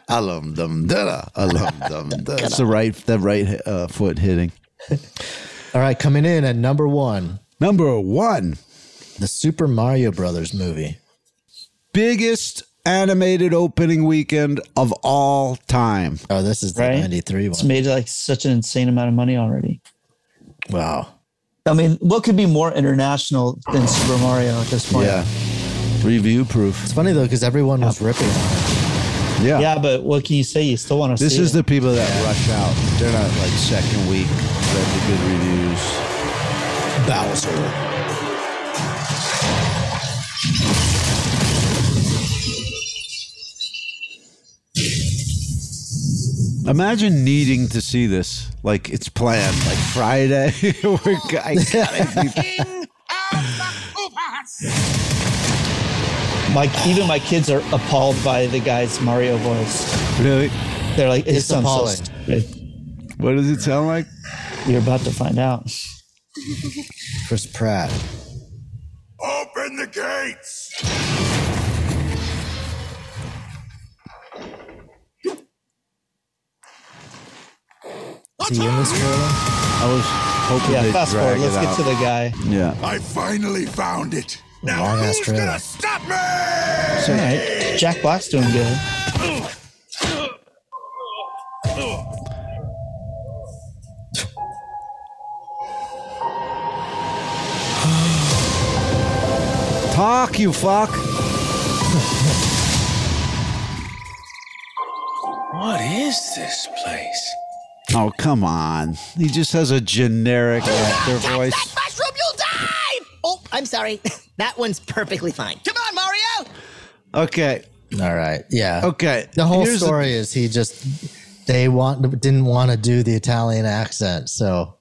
Alum dum da alum dum da. That's the right the right uh, foot hitting.
All right, coming in at number one.
Number one.
The Super Mario Brothers movie.
Biggest animated opening weekend of all time.
Oh, this is the
Right?
93
It's
one.
made like such an insane amount of money already.
Wow.
I mean, what could be more international than Super Mario at this point?
Yeah. Review proof.
It's funny though, because everyone was ripping on it.
Yeah.
Yeah, but what can you say? You still want to
This
see
is
it.
the people that rush out. They're not like second week. They have the good reviews. Bowser. Imagine needing to see this. Like it's planned. Like Friday. *laughs* We're, go- I gotta be-
My even my kids are appalled by the guy's Mario *laughs* voice.
Really?
They're like, it
It's
sounds
appalling.
so stupid.
What does it sound like?
You're about to find out.
Chris Pratt.
Open the gates!
Is he in this trailer?
I was hoping
Yeah,
they'd
fast
drag
forward.
it
Let's get
out.
to the guy.
Yeah.
I finally found it.
Long ass trailer.
All right, Jack Black's doing good.
Talk, you fuck.
What is this place?
Oh, come on. He just has a generic actor voice.
Mushroom, you'll die! Oh, I'm sorry. *laughs* That one's perfectly fine. Come on, Mario!
Okay.
All right. Yeah.
Okay.
The whole
Here's the-
story is he just they want didn't want to do the Italian accent, so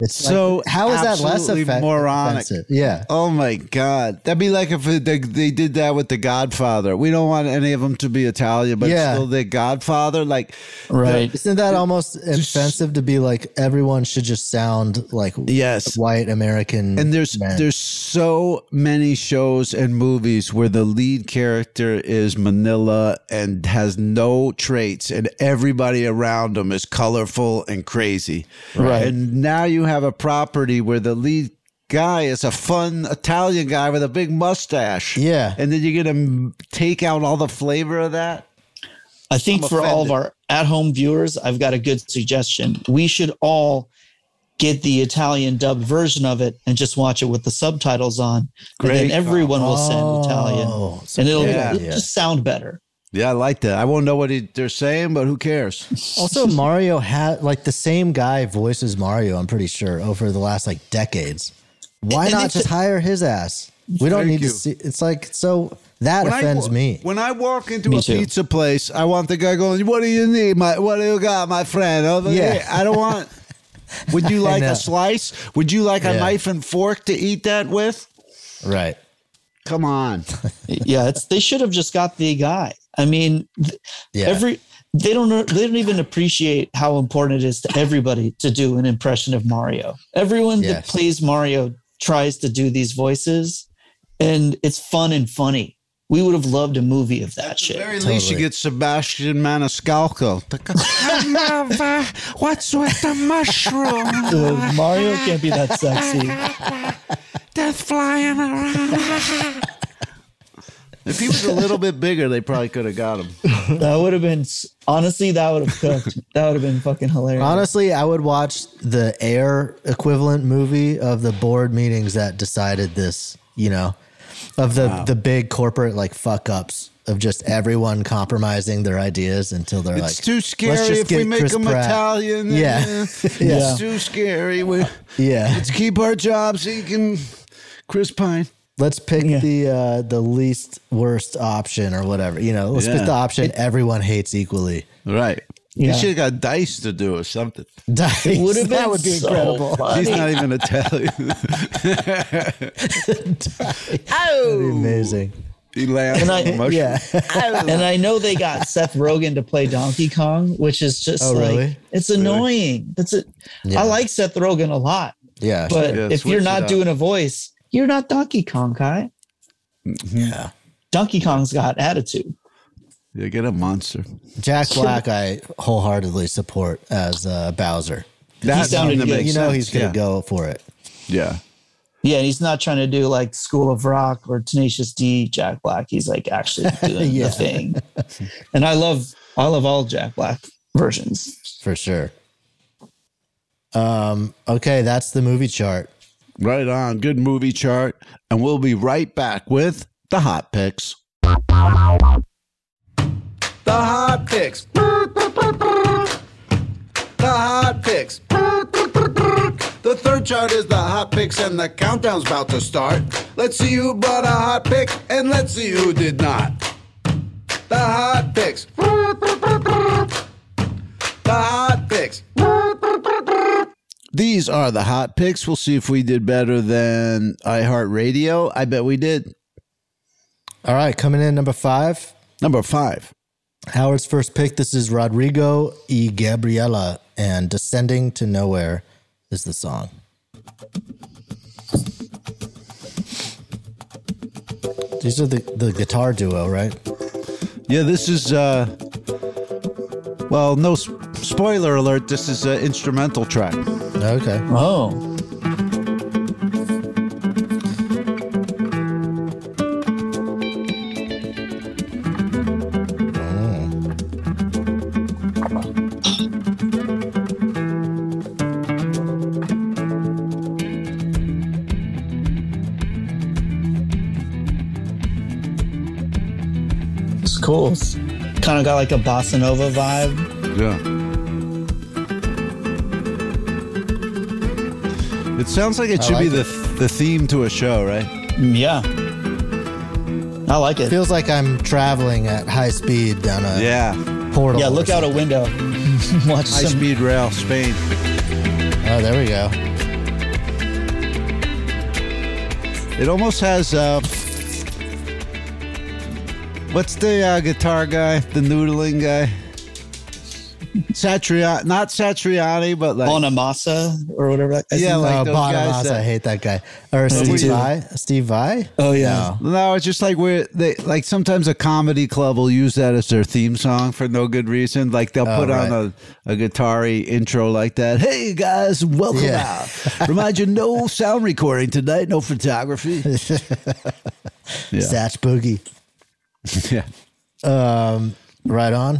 it's
So
like, how is that less
absolutely
effe-
moronic?
offensive? Yeah.
Oh my god, that'd be like if they, they did that with The Godfather. We don't want any of them to be Italian, but
Yeah.
still The Godfather. Like,
Right.
Isn't that almost offensive to be like everyone should just sound like
Yes.
white American?
and there's
men?
there's so many shows and movies where the lead character is Manila and has no traits, and everybody around him is colorful and crazy.
Right.
And now you have a property where the lead guy is a fun Italian guy with a big mustache.
Yeah.
And then you're gonna take out all the flavor of that.
I think
I'm
for all of
offended.
our at home viewers, I've got a good suggestion. We should all get the Italian dub version of it and just watch it with the subtitles on.
Great.
And then everyone will
Oh,
sound Italian.
so-
And it'll,
yeah.
it'll just sound better.
Yeah, I like that. I won't know what he, they're saying, but who cares? *laughs*
also Mario had like the same guy voices Mario. I'm pretty sure over the last like decades. Why
And
not
it's
just
a-
hire his ass? We don't
Thank
need
you.
to see. It's like so that
When I
offends
wa-
me.
When I walk into
Me
a
too.
pizza place, I want the guy going, "What do you need, my? What do you got, my friend?" Over
Yeah.
there. I don't
*laughs*
want. Would you like
know.
a slice? Would you like a
Yeah.
knife and fork to eat that with?
Right.
Come
*laughs*
on.
yeah, it's they should have just got the guy. I mean, th-
Yeah.
every they don't know they don't even appreciate how important it is to everybody to do an impression of Mario. Everyone that
Yes.
plays Mario tries to do these voices, and it's fun and funny. We would have loved a movie of that shit.
At least you
Totally.
get Sebastian Maniscalco. What's with
*laughs*
the mushroom
*laughs*
Uh, Mario can't be that sexy.
that's flying around? if he was a little bit bigger, they probably could have
*laughs*
got him.
That would have been s- honestly that would have cooked. That would have been fucking hilarious.
Honestly, I would watch the air equivalent movie of the board meetings that decided this, you know, of the the big corporate like fuck ups of just everyone compromising their ideas until they're
It's
like
too
"Let's
scary
just
if we
get
make
Chris
them
Pratt."
Italian.
Yeah.
Uh,
*laughs* Yeah.
It's too scary. We,
Yeah.
Let's keep our jobs. He can. Chris Pine.
*laughs* Let's pick the uh the least worst option or whatever. You know, let's
Yeah.
pick the option everyone hates equally. *laughs*
Right.
Yeah.
He should have got Dice to do or something.
Dice.
would have
that
been
would be
so
incredible.
fun.
He's not
*laughs*
even Italian.
Amazing.
he lands
And I-
on a mushroom.
Yeah. *laughs*
and I know they got Seth Rogen to play Donkey Kong, which is just
Oh,
like
really?
it's annoying. That's it.
Yeah.
I like Seth Rogen a lot,
Yeah.
but
Yeah,
if
switch
you're
it
not
up.
doing a voice, you're not Donkey Kong, Kai.
yeah.
Donkey Kong's got attitude.
You get a monster.
Jack Black, I wholeheartedly support as uh, Bowser.
That something
sounded good.
makes
you know
sense,
he's gonna
yeah.
go for it.
Yeah.
Yeah, he's not trying to do like School of Rock or Tenacious D, Jack Black. He's like
*laughs*
actually doing
Yeah.
the thing. And I love I love all Jack Black versions.
for sure. Um, okay, that's the movie chart.
Right on. Good movie chart. And we'll be right back with the hot picks. The hot picks. The hot picks. The third chart is the hot picks, and the countdown's about to start. Let's see who brought a hot pick, and let's see who did not. The hot picks. The hot picks. These are the hot picks. We'll see if we did better than iHeartRadio. I bet we did.
All right, coming in number five,
Number five.
Howard's first pick. This is Rodrigo y Gabriela, and "Descending to Nowhere" is the song. These are the, the guitar duo, right?
Yeah, this is. uh Well, no s- spoiler alert. This is an instrumental track.
Okay.
Oh. cool. Kind of got like a bossa nova vibe.
Yeah. It sounds like it
I
should be
like
the the theme to a show, right?
Yeah. I like it.
Feels like I'm traveling at high speed down a
yeah
portal.
Yeah,
or
look out a
something.
window. Watch
High
some.
speed rail, Spain.
Oh, there we go.
It almost has uh What's the uh, guitar guy? The noodling guy? Satriani, not Satriani, but like
Bonamassa or whatever that guy's
Yeah,
name
like
is. Uh,
those guys uh,
Bonamassa,
that-
I hate that guy. Or Steve
too.
Vai. Steve Vai.
Oh yeah.
No, it's just like where they like sometimes a comedy club will use that as their theme song for no good reason. Like they'll
Oh,
put
right.
on a, a guitar intro like that. Hey guys, welcome
Yeah.
out. Remind you, no sound recording tonight, no photography.
*laughs* Yeah. Satch Boogie.
yeah.
Um, right on.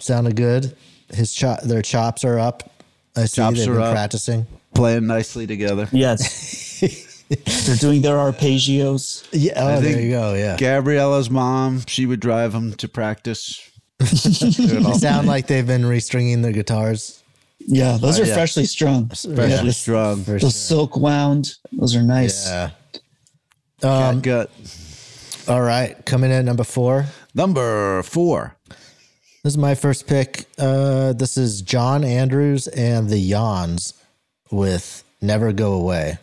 Sounded good. His chop, their chops are up. I see
Chops
they've
are
been
up.
practicing.
Playing nicely together.
Yes.
*laughs*
They're doing their arpeggios.
Yeah.
I
Oh,
think
there you go. Yeah.
Gabriella's mom, she would drive him to practice.
*laughs* They sound like they've been restringing their guitars.
Yeah, those
Oh,
are
yeah.
freshly strung.
Freshly
Yeah.
strung.
Those silk wound. Those are nice.
Yeah. Um,
Gut.
All right, coming in at number four.
Number four.
This is my first pick. Uh, this is John Andrews and the Yawns with "Never Go Away."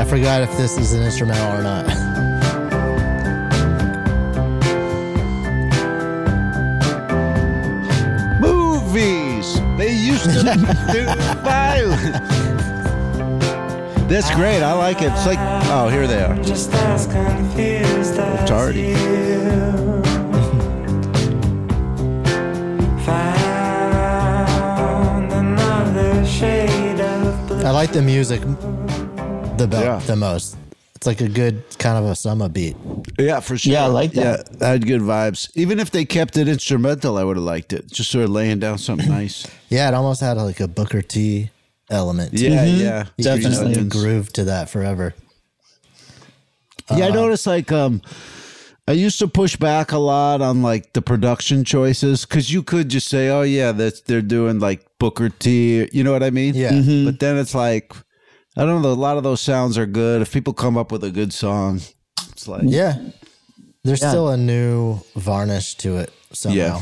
I forgot if this is an instrumental or not. *laughs*
movies. They used to do violence. That's great. I like it. It's like, oh, here they are.
Just as confused as
Tardy.
you. Found another shade of blue.
I like the music the be- the most. It's like a good kind of a summer beat.
Yeah, for sure.
Yeah, I like that.
Yeah, I had good vibes. Even if they kept it instrumental, I would have liked it. Just sort of laying down something
*laughs*
nice.
Yeah, it almost had like a Booker T element. to
Yeah,
it.
Mm-hmm.
yeah.
You could just, like,
Definitely.
groove to that forever.
Yeah, I noticed like um I used to push back a lot on like the production choices because you could just say, "Oh yeah, that's they're doing like Booker T," you know what I mean?
Yeah.
Mm-hmm.
Mhm.
But then it's like, I don't know. A lot of those sounds are good. If people come up with a good song, it's like,
Yeah, there's
Yeah.
still a new varnish to it somehow.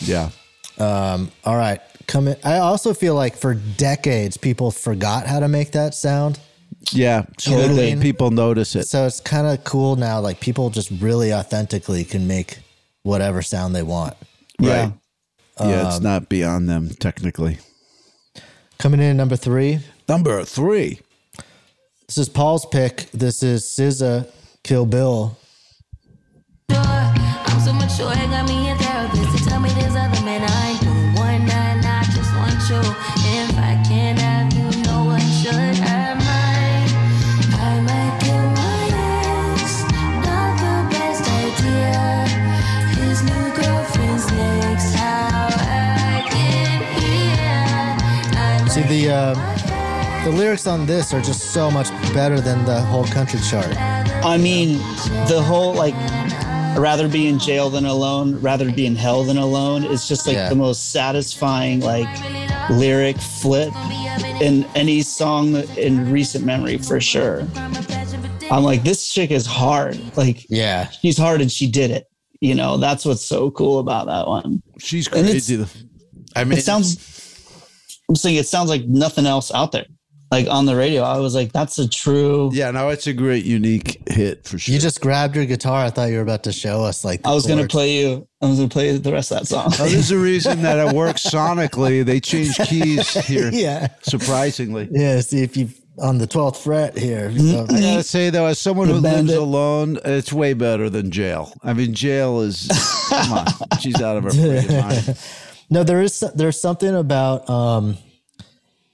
yeah,
Um, all right, come in. I also feel like for decades people forgot how to make that sound.
yeah,
You know what I
totally.
mean?
People notice it.
So it's kind of cool now. Like people just really authentically can make whatever sound they want.
Right. Yeah, it's not beyond them technically.
Coming in at number three.
Number three.
This is Paul's pick. This is SZA, Kill Bill.
I'm so mature, it got me a therapist to tell me there's other men I know. One night, I just want you. If I can't have you, no one should. I might, I might get minus. Not the best idea. His new girlfriend's next. How I get here. I
See the uh, the lyrics on this are just so much better than the whole country chart.
I mean, the whole like rather be in jail than alone, rather be in hell than alone is just like
Yeah.
the most satisfying like lyric flip in any song in recent memory for sure. I'm like this chick is hard. Like
yeah,
she's hard and she did it. You know, that's what's so cool about that one.
She's
And it's-
crazy. I mean,
it sounds. I'm saying it sounds like nothing else out there. Like on the radio, I was like, "That's a true."
Yeah, no, it's a great, unique hit for sure.
You just grabbed your guitar. I thought you were about to show us like. the
I was gonna
chords.
play you. I was gonna play you the rest of that song.
Oh, there's a reason that
*laughs*
it works sonically. They change keys here.
*laughs* Yeah.
Surprisingly.
Yeah, see if you on the twelfth fret here.
I
Mm-hmm.
gotta say though, as someone
The
who lives
bandit.
alone, it's way better than jail. I mean, jail is come on, she's out of her freaking
*laughs*
mind.
no, there is there's something about um,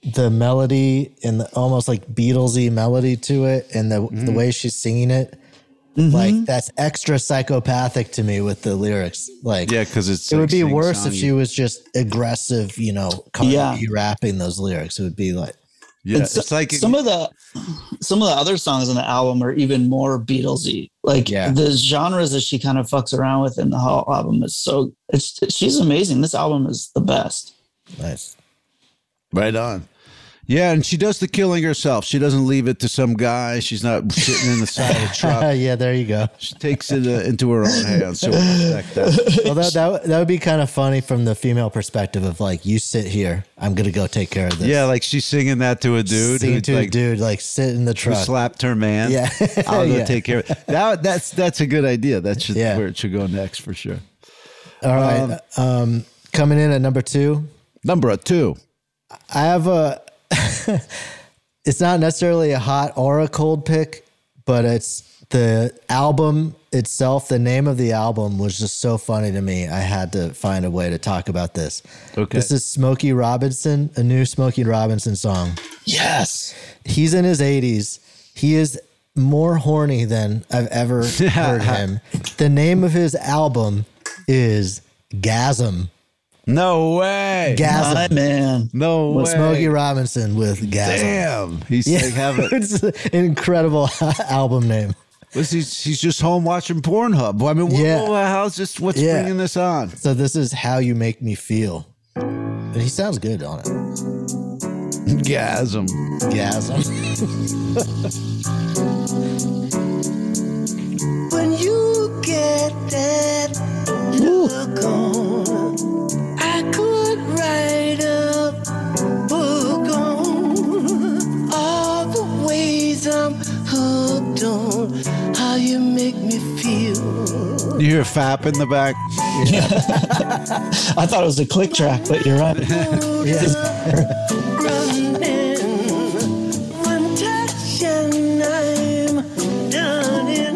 the melody and the almost like Beatlesy melody to it, and the
Mm-hmm.
the way she's singing it. Like that's extra psychopathic to me with the lyrics. Like
Yeah, because it's
it would be
like
worse if
sing-songy.
she was just aggressive, you know,
Yeah.
yeah. rapping those lyrics. It would be like
Yeah,
And so- some of the some of the other songs on the album are even more Beatlesy. Like
Yeah.
the genres that she kind of fucks around with in the whole album is so it's she's amazing. This album is the best.
nice.
Right on. Yeah, and she does the killing herself. She doesn't leave it to some guy. She's not sitting in the side of a truck.
*laughs* yeah, there
*laughs*
you go.
She takes it uh, into her own hands. So we respect
*laughs*
that.
Although that that would be kind of funny from the female perspective of like you sit here, I'm gonna go take care of this.
Yeah, like she's singing that to a dude.
Sing
who,
to
like,
a dude, like sit in the
who
truck.
slapped her man.
Yeah.
I'll go
*laughs* Yeah.
take care of it. That, that's, that's a good idea. That should where it should go next for sure.
All right. Um, coming in at number two.
Number two.
I have a *laughs* it's not necessarily a hot or a cold pick, but it's the album itself, the name of the album was just so funny to me. I had to find a way to talk about this.
Okay.
This is Smokey Robinson, a new Smokey Robinson song.
Yes.
He's in his 80s. He is more horny than I've ever
*laughs*
heard him. The name of his album is Gasm.
No way.
Gasm.
My man.
No
with
way.
Smokey Robinson with Gasm.
Damn. He's like having
*laughs* it's an incredible *laughs* album name.
Was he's, he's just home watching Pornhub. I mean, what,
Yeah.
what- how's this? What's
Yeah.
bringing this on?
So this is how you make me feel. And he sounds good on it.
Gasm.
*laughs* Gasm.
When you get that look on, I could write a book on all the ways I'm hooked on how you make me feel.
You hear fap in the back?
I thought it was a click track, but you're right.
Running, one touch and I'm done in.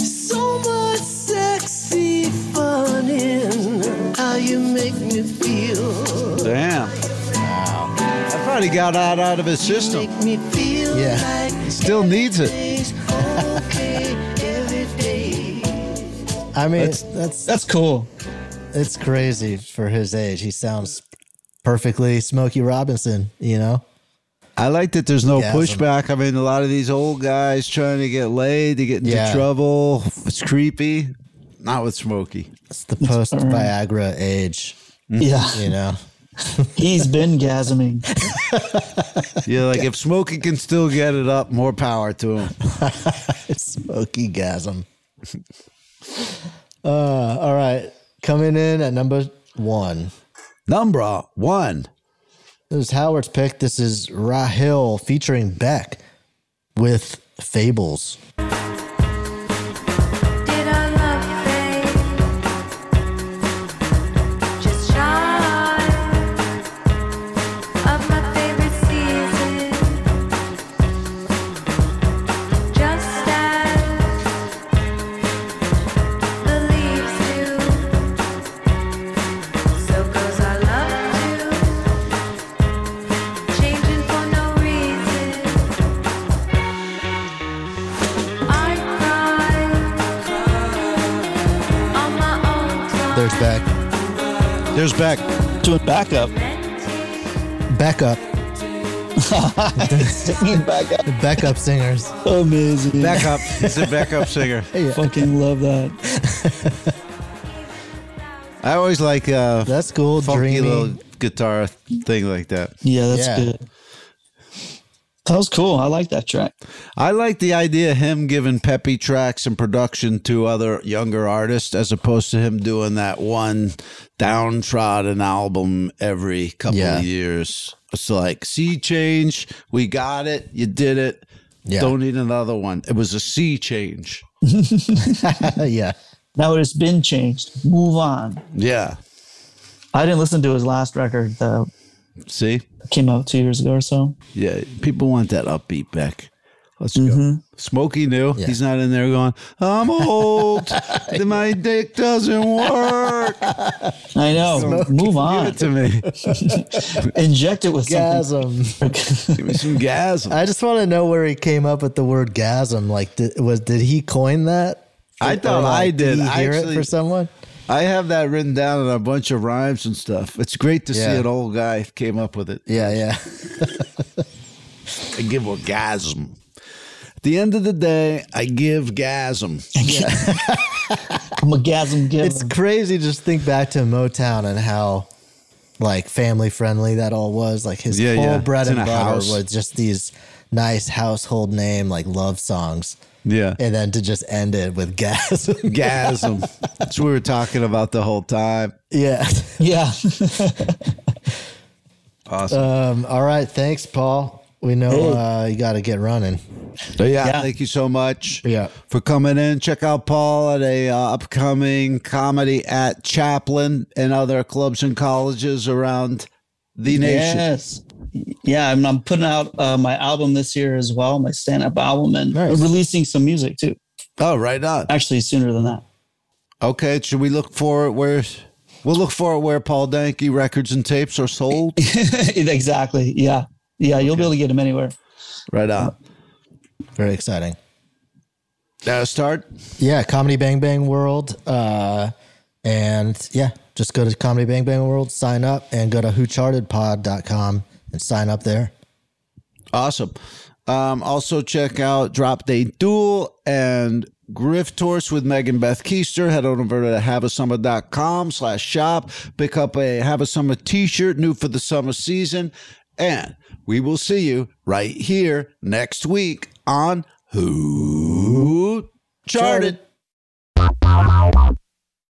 So much sexy fun in how you make me feel.
Damn. Wow. I probably got that out of his system.
Make me feel
Yeah.
like
Still needs it.
it's okay every day.
I mean,
That's-
that's, that's
That's cool.
it's crazy for his age. He sounds perfectly Smokey Robinson, you know?
I like that there's no
Gasm.
pushback. I mean, a lot of these old guys trying to get laid, to get into
Yeah.
trouble. It's creepy. Not with Smokey.
It's the post Viagra age,
Yeah.
you
*laughs*
know?
He's been gasming.
Yeah, like if Smokey can still get it up, more power to him.
Smokey Gasm. *laughs* Uh, all right. Coming in at number one.
Number one.
This is Howard's pick. This is Rahil featuring Beck with Fables.
Did I love fate? Just shy of my favorite season. Just as the leaves do, so goes our love too, changing for no reason. I cry on my own time.
There's Beck.
There's Beck.
Doing backup.
*laughs*
Beck up. *laughs*
Singing backup.
The Beck up singers.
Amazing.
Backup. He's a backup singer.
Fucking love that.
I always like uh,
That's cool.
funky
Dreamy.
little guitar thing like that.
Yeah, that's
Yeah.
good. That was cool. I like that track.
I like the idea of him giving peppy tracks and production to other younger artists as opposed to him doing that one downtrodden album every couple
Yeah.
of years. It's like sea change, we got it, you did it.
Yeah.
Don't need another one. It was a sea change.
*laughs* yeah.
Now it has been changed. Move on.
Yeah.
I didn't listen to his last record though.
See?
Came out two years ago or so.
Yeah, people want that upbeat back. Let's
Mm-hmm.
go. Smokey knew he's not in there going. I'm old.
*laughs*
My dick doesn't work.
I know.
*laughs*
Move on.
Give it to me.
Inject it with
gasm.
Give me some gasm.
I just want to know where he came up with the word gasm. Like, did, was did he coin that?
I
Or,
thought
like,
I did.
he
I
hear
actually-
it for someone?
I have that written down in a bunch of rhymes and stuff. It's great to see
Yeah.
an old guy came up with it.
Yeah, yeah.
I give orgasm. At the end of the day, I give gasm.
I'm a gasm giver.
It's crazy. Just think back to Motown and how like family friendly that all was. Like his
Yeah,
whole
yeah.
bread
It's
and
in a
butter
house.
was just these nice household name like love songs,
Yeah.
and then to just end it with gasm.
Gasm. That's what we were talking about the whole time.
*laughs* yeah.
Yeah.
Awesome.
Um, all right. Thanks, Paul. We know
Hey.
uh, you got to get running.
So yeah,
Yeah.
thank you so much
Yeah.
for coming in. Check out Paul at a uh, upcoming comedy at Chaplin and other clubs and colleges around the nation.
Yes. Yeah, I'm, I'm putting out uh, my album this year as well, my stand up album, and releasing some music too.
Oh, right on.
Actually, sooner than that. *laughs*
Okay, should we look for it where we'll look for it where Paul Danke records and tapes are sold?
exactly. Yeah. Yeah. You'll be able to get them anywhere.
right on.
Very exciting.
Now start.
Yeah, Comedy Bang Bang World. Uh, and yeah, just go to Comedy Bang Bang World, sign up, and go to whochartedpod.com and sign up there.
Awesome. Um, also check out Drop Day Duel and Griff Tours with Megan Beth Keister. Head on over to haveasummer.com slash shop. Pick up a Have a Summer t-shirt, new for the summer season. And we will see you right here next week on Who Charted.